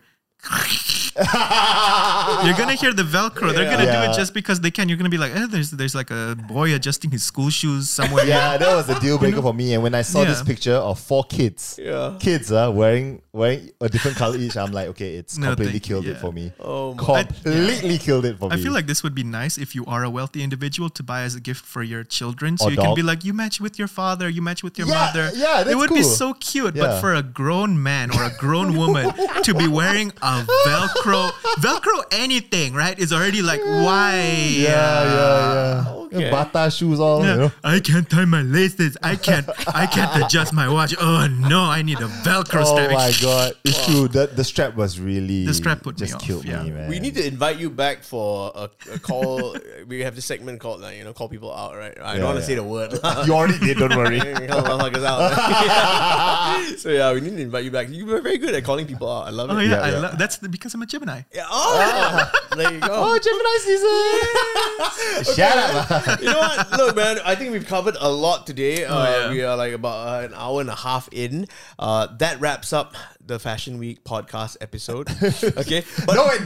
you're gonna hear the Velcro. They're gonna do Yeah. it just because they can. You're gonna be like, eh, there's there's like a boy adjusting his school shoes somewhere. yeah, that was a deal breaker for me. And when I saw this Yeah. picture of four kids, Yeah. kids uh, wearing wearing a different color each, I'm like, okay, it's No, completely thank- killed it yeah. for me. Oh my- completely killed it for I me. feel like this would be nice if you are a wealthy individual to buy as a gift for your children, so Or you can dog. be like, you match with your father, you match with your Yeah, mother. yeah, that's it would be cool. so cute. Yeah. But for a grown man or a grown woman to be wearing a Velcro, Velcro anything, right, is already like why? yeah, yeah, yeah. Okay. Bata shoes, all you know. Ah, Yeah. I can't tie my laces. I can't. I can't adjust my watch. Oh no! I need a Velcro Oh strap. my god, it's true. The, the strap was really The strap put me just off, killed yeah. me, man. We need to invite you back for a, a call. we have this segment called, like, you know, call people out, right? I Yeah, don't want to yeah. say the word. You already did. Don't worry. Call motherfuckers out. so yeah, we need to invite you back. You were very good at calling people out. I love it. Oh yeah, Yeah, I yeah. love that's the, because I'm a Gemini. Yeah, Oh, there you go. Gemini season. Shut up. ah. you know what? Look, man, I think we've covered a lot today. Oh, Uh, yeah. We are like about uh, an hour and a half in. Uh, that wraps up the Fashion Week podcast episode. okay. But No, it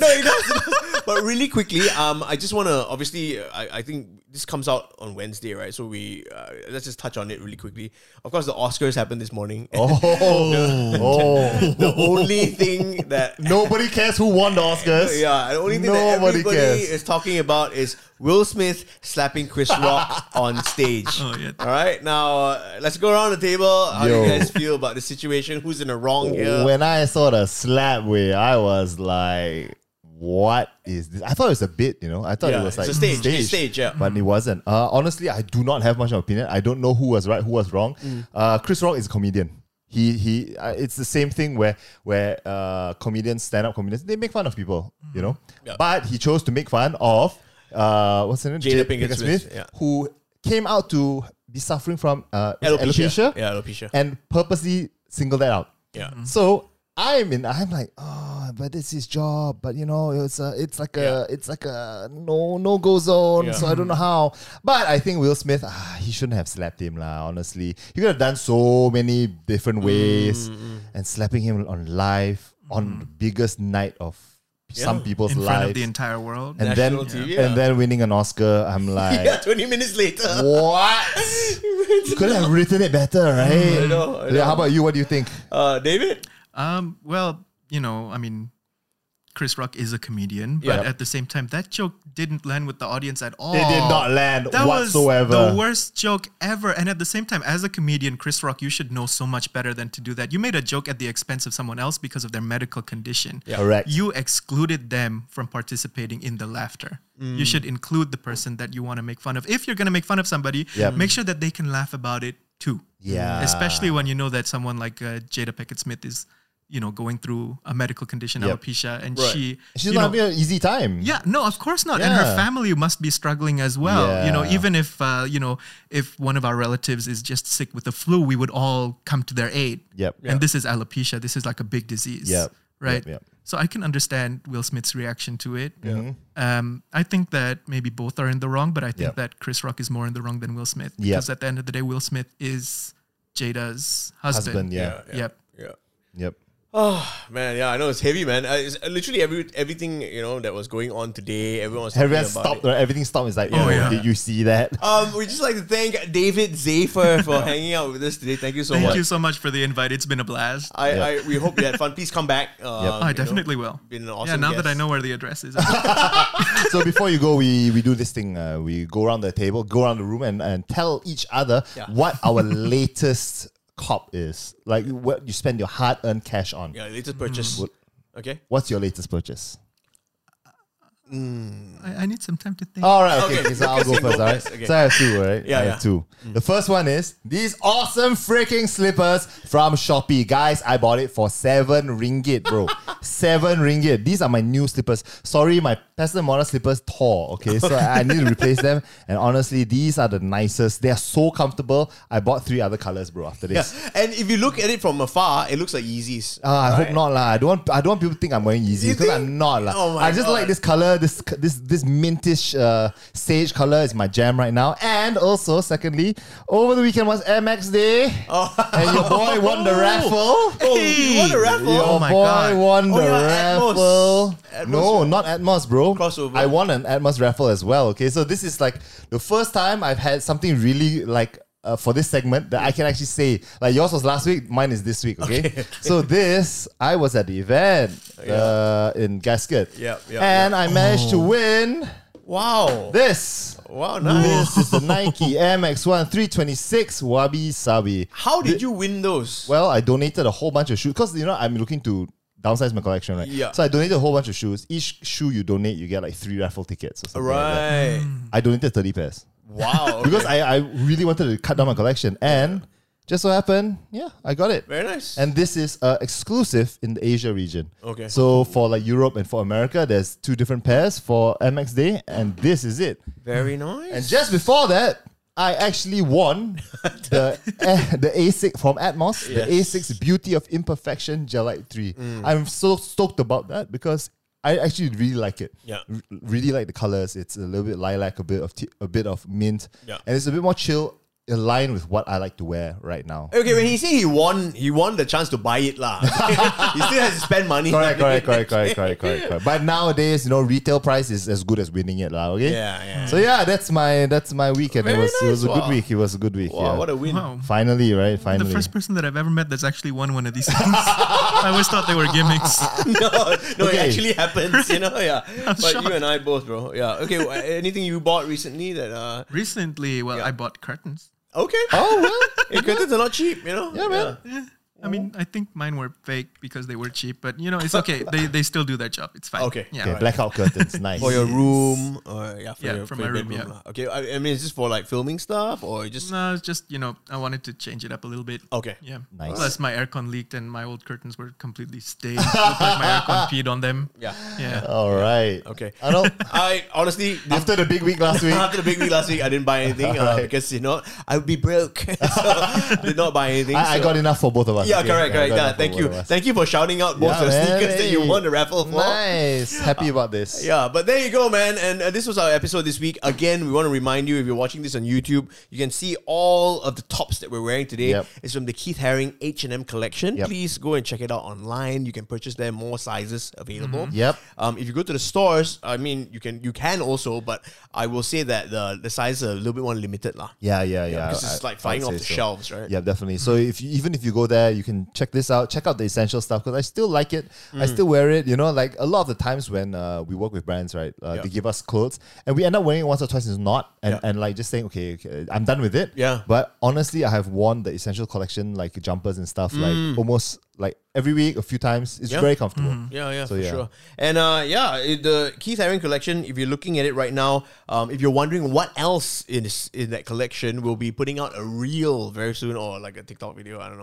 no, it does. but really quickly, um, I just want to obviously, uh, I, I think this comes out on Wednesday, right? So we uh, let's just touch on it really quickly. Of course, the Oscars happened this morning. Oh, oh. the only thing that Nobody cares who won the Oscars. yeah, the only thing that Nobody everybody cares. is talking about is Will Smith slapping Chris Rock on stage. Oh, yeah. All right, now uh, let's go around the table. How do Yo. you guys feel about the situation? Who's in the wrong here? When I saw the slap way, I was like, what is this? I thought it was a bit, you know. I thought Yeah, it was it's like a stage, it's stage, yeah. But it wasn't. Uh, honestly, I do not have much of an opinion. I don't know who was right, who was wrong. Mm. Uh, Chris Rock is a comedian. He he. Uh, it's the same thing where where uh, comedians, stand up comedians, they make fun of people, you know. Mm. Yeah. But he chose to make fun of uh, what's her name, Jada Jada Pinkett Smith, yeah. who came out to be suffering from uh, Alopecia. alopecia, Yeah, alopecia. and purposely singled that out. yeah. So I'm in. I'm like, oh, but it's his job. But you know, it's a, it's like a, it's like a no no go zone. Yeah. So I don't know how. But I think Will Smith, ah, he shouldn't have slapped him lah. Honestly, he could have done so many Mm, different ways, and slapping him on live on Mm. the biggest night of some people's in front lives, of the entire world. and then National TV, yeah. and then winning an Oscar. I'm like, Yeah, 20 minutes later. what? Could have written it better, right? I know, I Yeah, know. how about you? What do you think? Uh, David? Um, well, you know, I mean, Chris Rock is a comedian, but Yeah. at the same time, that joke didn't land with the audience at all. It did not land That whatsoever. was the worst joke ever. And at the same time, as a comedian, Chris Rock, you should know so much better than to do that. You made a joke at the expense of someone else because of their medical condition. Correct. You excluded them from participating in the laughter. Mm. You should include the person that you want to make fun of. If you're going to make fun of somebody, Yep. make sure that they can laugh about it too. Yeah. Especially when you know that someone like uh, Jada Pickett Smith is, you know, going through a medical condition, Yep. alopecia, and Right. she. She's you not know, having an easy time. yeah, no, of course not. And Yeah. her family must be struggling as well. You know, Yeah. even if uh, you know, if one of our relatives is just sick with the flu, we would all come to their aid. Yep. And this is alopecia. This is like a big disease. Yep. Right. Yep, yep. So I can understand Will Smith's reaction to it. Um, I think that maybe both are in the wrong, but I think Mm-hmm. Yep. that Chris Rock is more in the wrong than Will Smith Yep. because at the end of the day, Will Smith is Jada's husband. Husband, yeah. Yep. Yeah. Yep. Man, yeah, I know it's heavy, man. Uh, it's uh, literally every everything you know that was going on today. Everyone was talking Everyone about stopped, it. right? Everything stopped. It's like, Oh, oh, yeah. did you see that? Um, we just like to thank David Zafer for hanging out with us today. Thank you so Thank much. you so much for the invite. It's been a blast. I, I we hope you had fun. Please come back. Um, I Oh, I you know, definitely will. been an yeah, awesome now that I guest. know where the address is. so before you go, we, we do this thing. Uh, we go around the table, go around the room, and, and tell each other Yeah. what our latest cop is. Like what you spend your hard earned cash on. Yeah, latest purchase. Mm-hmm. Okay. What's your latest purchase? I, I need some time to think. All right, okay, Okay, okay, so I'll Lucas, go you go first. All right, first, okay. so I have two, right? Yeah, I yeah. Mm. have two. The first one is these awesome freaking slippers from Shopee, guys. I bought it for seven ringgit, bro. seven ringgit. These are my new slippers. Sorry, my pastel model slippers tore. Okay, so I need to replace them. And honestly, these are the nicest. They are so comfortable. I bought three other colors, bro. After Yeah, this. and if you look at it from afar, it looks like Yeezys. Ah, I hope Right? not lah. I don't want. I don't want people to think I'm wearing Yeezy You because think- I'm not lah. Oh my I just God. like this color. This this this mintish uh, sage color is my jam right now. And also, secondly, over the weekend was MX Day, and your boy won the raffle. Oh, you want Oh, a raffle? Your Oh my boy God. won Oh, the yeah, Atmos. raffle. Atmos no, raffle. not Atmos, bro. Crossover. I won an Atmos raffle as well. Okay, so this is like the first time I've had something really like. Uh, for this segment that I can actually say like yours was last week mine is this week okay, so this I was at the event uh, in Gasket Yep, yep, and I managed to Oh. win Wow. this Wow, nice. this is the Nike MX1 326 Wabi Sabi How did you win those? well, I donated a whole bunch of shoes because you know I'm looking to downsize my collection, right? Yeah. So I donated a whole bunch of shoes. Each shoe you donate, you get like three raffle tickets. Or something like that. right. Mm. I donated thirty pairs Wow. okay. because I, I really wanted to cut down my collection, and just so happened, yeah, I got it. very nice. And this is uh, exclusive in the Asia region. Okay. So for like Europe and for America, there's two different pairs for MX Day, and this is it. very nice. And just before that, I actually won the eh, the A6 from Atmos, Yes. Mm. the A6 Beauty of Imperfection Gelite 3. I'm so stoked about that because I actually really like it. Yeah. R- really like the colors. It's a little bit lilac, a bit of t- a bit of mint. Yeah. And it's a bit more chill, in line with what I like to wear right now. Okay, when he say he won, he won the chance to buy it lah. he still has to spend money. Correct, correct, correct, correct, correct, correct, correct. But nowadays, you know, retail price is as good as winning it, lah. Okay. Yeah, yeah. So yeah, that's my that's my weekend. Very it was it was nice, a wow. good week. It was a good week. Wow, yeah. what a win! Wow. Finally, right? the Finally. first person that I've ever met that's actually won one of these things. I always thought they were gimmicks. no, no, it Okay. actually happens. You know, yeah. but shocked. you and I both, bro. Yeah. Okay. wh- anything you bought recently that? uh Recently, well, I bought curtains. Okay. Oh well, yeah, curtains are not cheap. You know. Yeah, man. I mean, I think mine were fake because they were cheap, but you know, it's okay. They they still do their job. It's fine. Okay. Yeah. okay, blackout curtains. Nice. For your room, or yeah, for Yeah, your, for for my your room, bedroom. yeah. lah. Okay, I, I mean, is this for like filming stuff or just No, it's just you know, I wanted to change it up a little bit. okay? Yeah. Nice. Plus, my aircon leaked and my old curtains were completely stained. Looked like my aircon peed on them. Yeah. Yeah. All right. Okay. I don't, I honestly didn't- after the big week last week. after the big week last week, I didn't buy anything uh, Alright. because you know I would be broke. so, did not buy anything. I, I so- got enough for both of us. Yeah, okay? correct, I correct. got Yeah, enough for thank both you, of us. thank you for shouting out both Yeah, your man, sneakers that you hey. won the raffle for. Nice. Happy about this. Yeah, but there you go, man. And uh, this was our episode this week. Again, we want to remind you if you're watching this on YouTube, you can see all of the tops that we're wearing today. Yep. It's from the Keith Haring H and M collection. Yep. Please go and check it out online. You can purchase there. More sizes available. Mm-hmm. Yep. Um, if you go to the stores, I mean, you can you can also, but I will say that the the sizes are a little bit more limited, lah. Yeah, yeah, yeah. because it's I- like I flying would off say the so. shelves, right? Hmm. Yeah, definitely. So if you, even if you go there, you can check this out. Check out the essential stuff because I still like it. I Hmm. still wear it. You know, like a lot of the times when uh, we work with brands, right? Uh, Yeah. They give us clothes and we end up wearing it once or twice. Is not and, Yeah. and like just saying, okay, okay, I'm done with it. Yeah. But honestly, I have worn the essential collection like jumpers and stuff like almost like every week, a few times. It's Hmm. Yeah. Hmm. very comfortable. Yeah, yeah, Mm. So, for yeah. sure. And uh, yeah, it, the Keith Haring collection. If you're looking at it right now, um, if you're wondering what else is in that collection, we'll be putting out a reel very soon, or like a TikTok video. I don't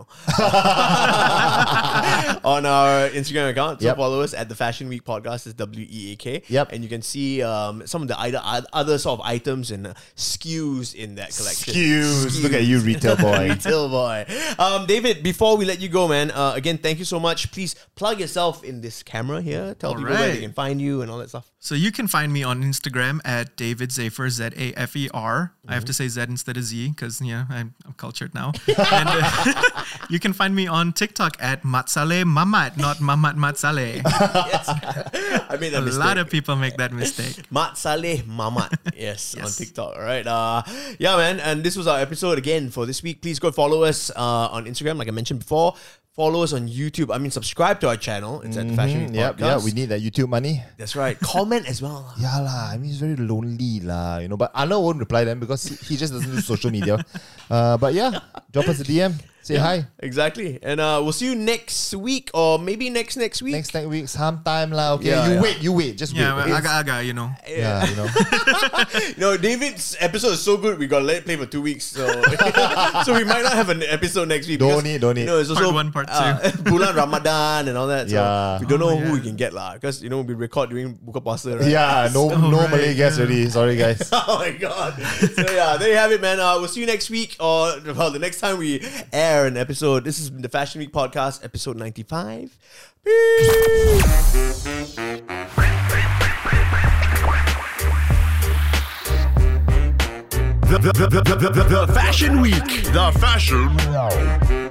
know. on our Instagram account, so Yep. follow us at the Fashion Week Podcast. Is W E A K. Yep. And you can see um, some of the either, other sort of items and uh, skews in that collection. Excuse. Look at you, retail boy. Retail boy. Um, David, before we let you go, man, uh, again, thank you so much. Please plug yourself in this camera here. Tell people where they Alright. can find you and all that stuff. So you can find me on Instagram at David Zafer, Z A F E R. I have to say Z instead of Z because, yeah, I'm, I'm cultured now. and uh, you can find me on TikTok at Matsale Mamat, not Mamat Matsale. I made A that mistake. lot of people make that mistake. Mat Saleh Mamat. Yes, on Yes. TikTok. All right. Uh, yeah, man. And this was our episode again for this week. Please go follow us uh, on Instagram, like I mentioned before. Follow us on YouTube. I mean, subscribe to our channel. It's at the Fashion Week Mm-hmm. Hmm, Yep, yeah, Podcast. we need that YouTube money. That's right. Comment as well. Yeah lah, I mean it's very lonely lah, you know. But Arnold won't reply them because he, he just doesn't use social media. Uh, but yeah, drop us a DM, say hi. Exactly. And uh, we'll see you next week or maybe next next week. Next next week, sometime lah. Okay, Yeah, you yeah. wait, you wait, just Yeah, wait. okay? aga aga, you know. yeah, you know. No, David's episode is so good. We got to let it play for two weeks, so so we might not have an episode next week. Don't because, need, don't need. You know, it's Part also one, part two, Bulan Ramadan and all that. So Yeah. we don't know Oh, who we yeah. can get lah, because you know we record during Buka Puasa. Right? yeah, no, Oh, no right, Malay guests yeah. already. Sorry guys. Oh my god. So yeah, there you have it, man. Uh, we'll see you next week or well, the next time we air an episode. This has been the Fashion Week podcast, episode ninety five. Peace. The, the, the, the, the, the, the Fashion Week. The Fashion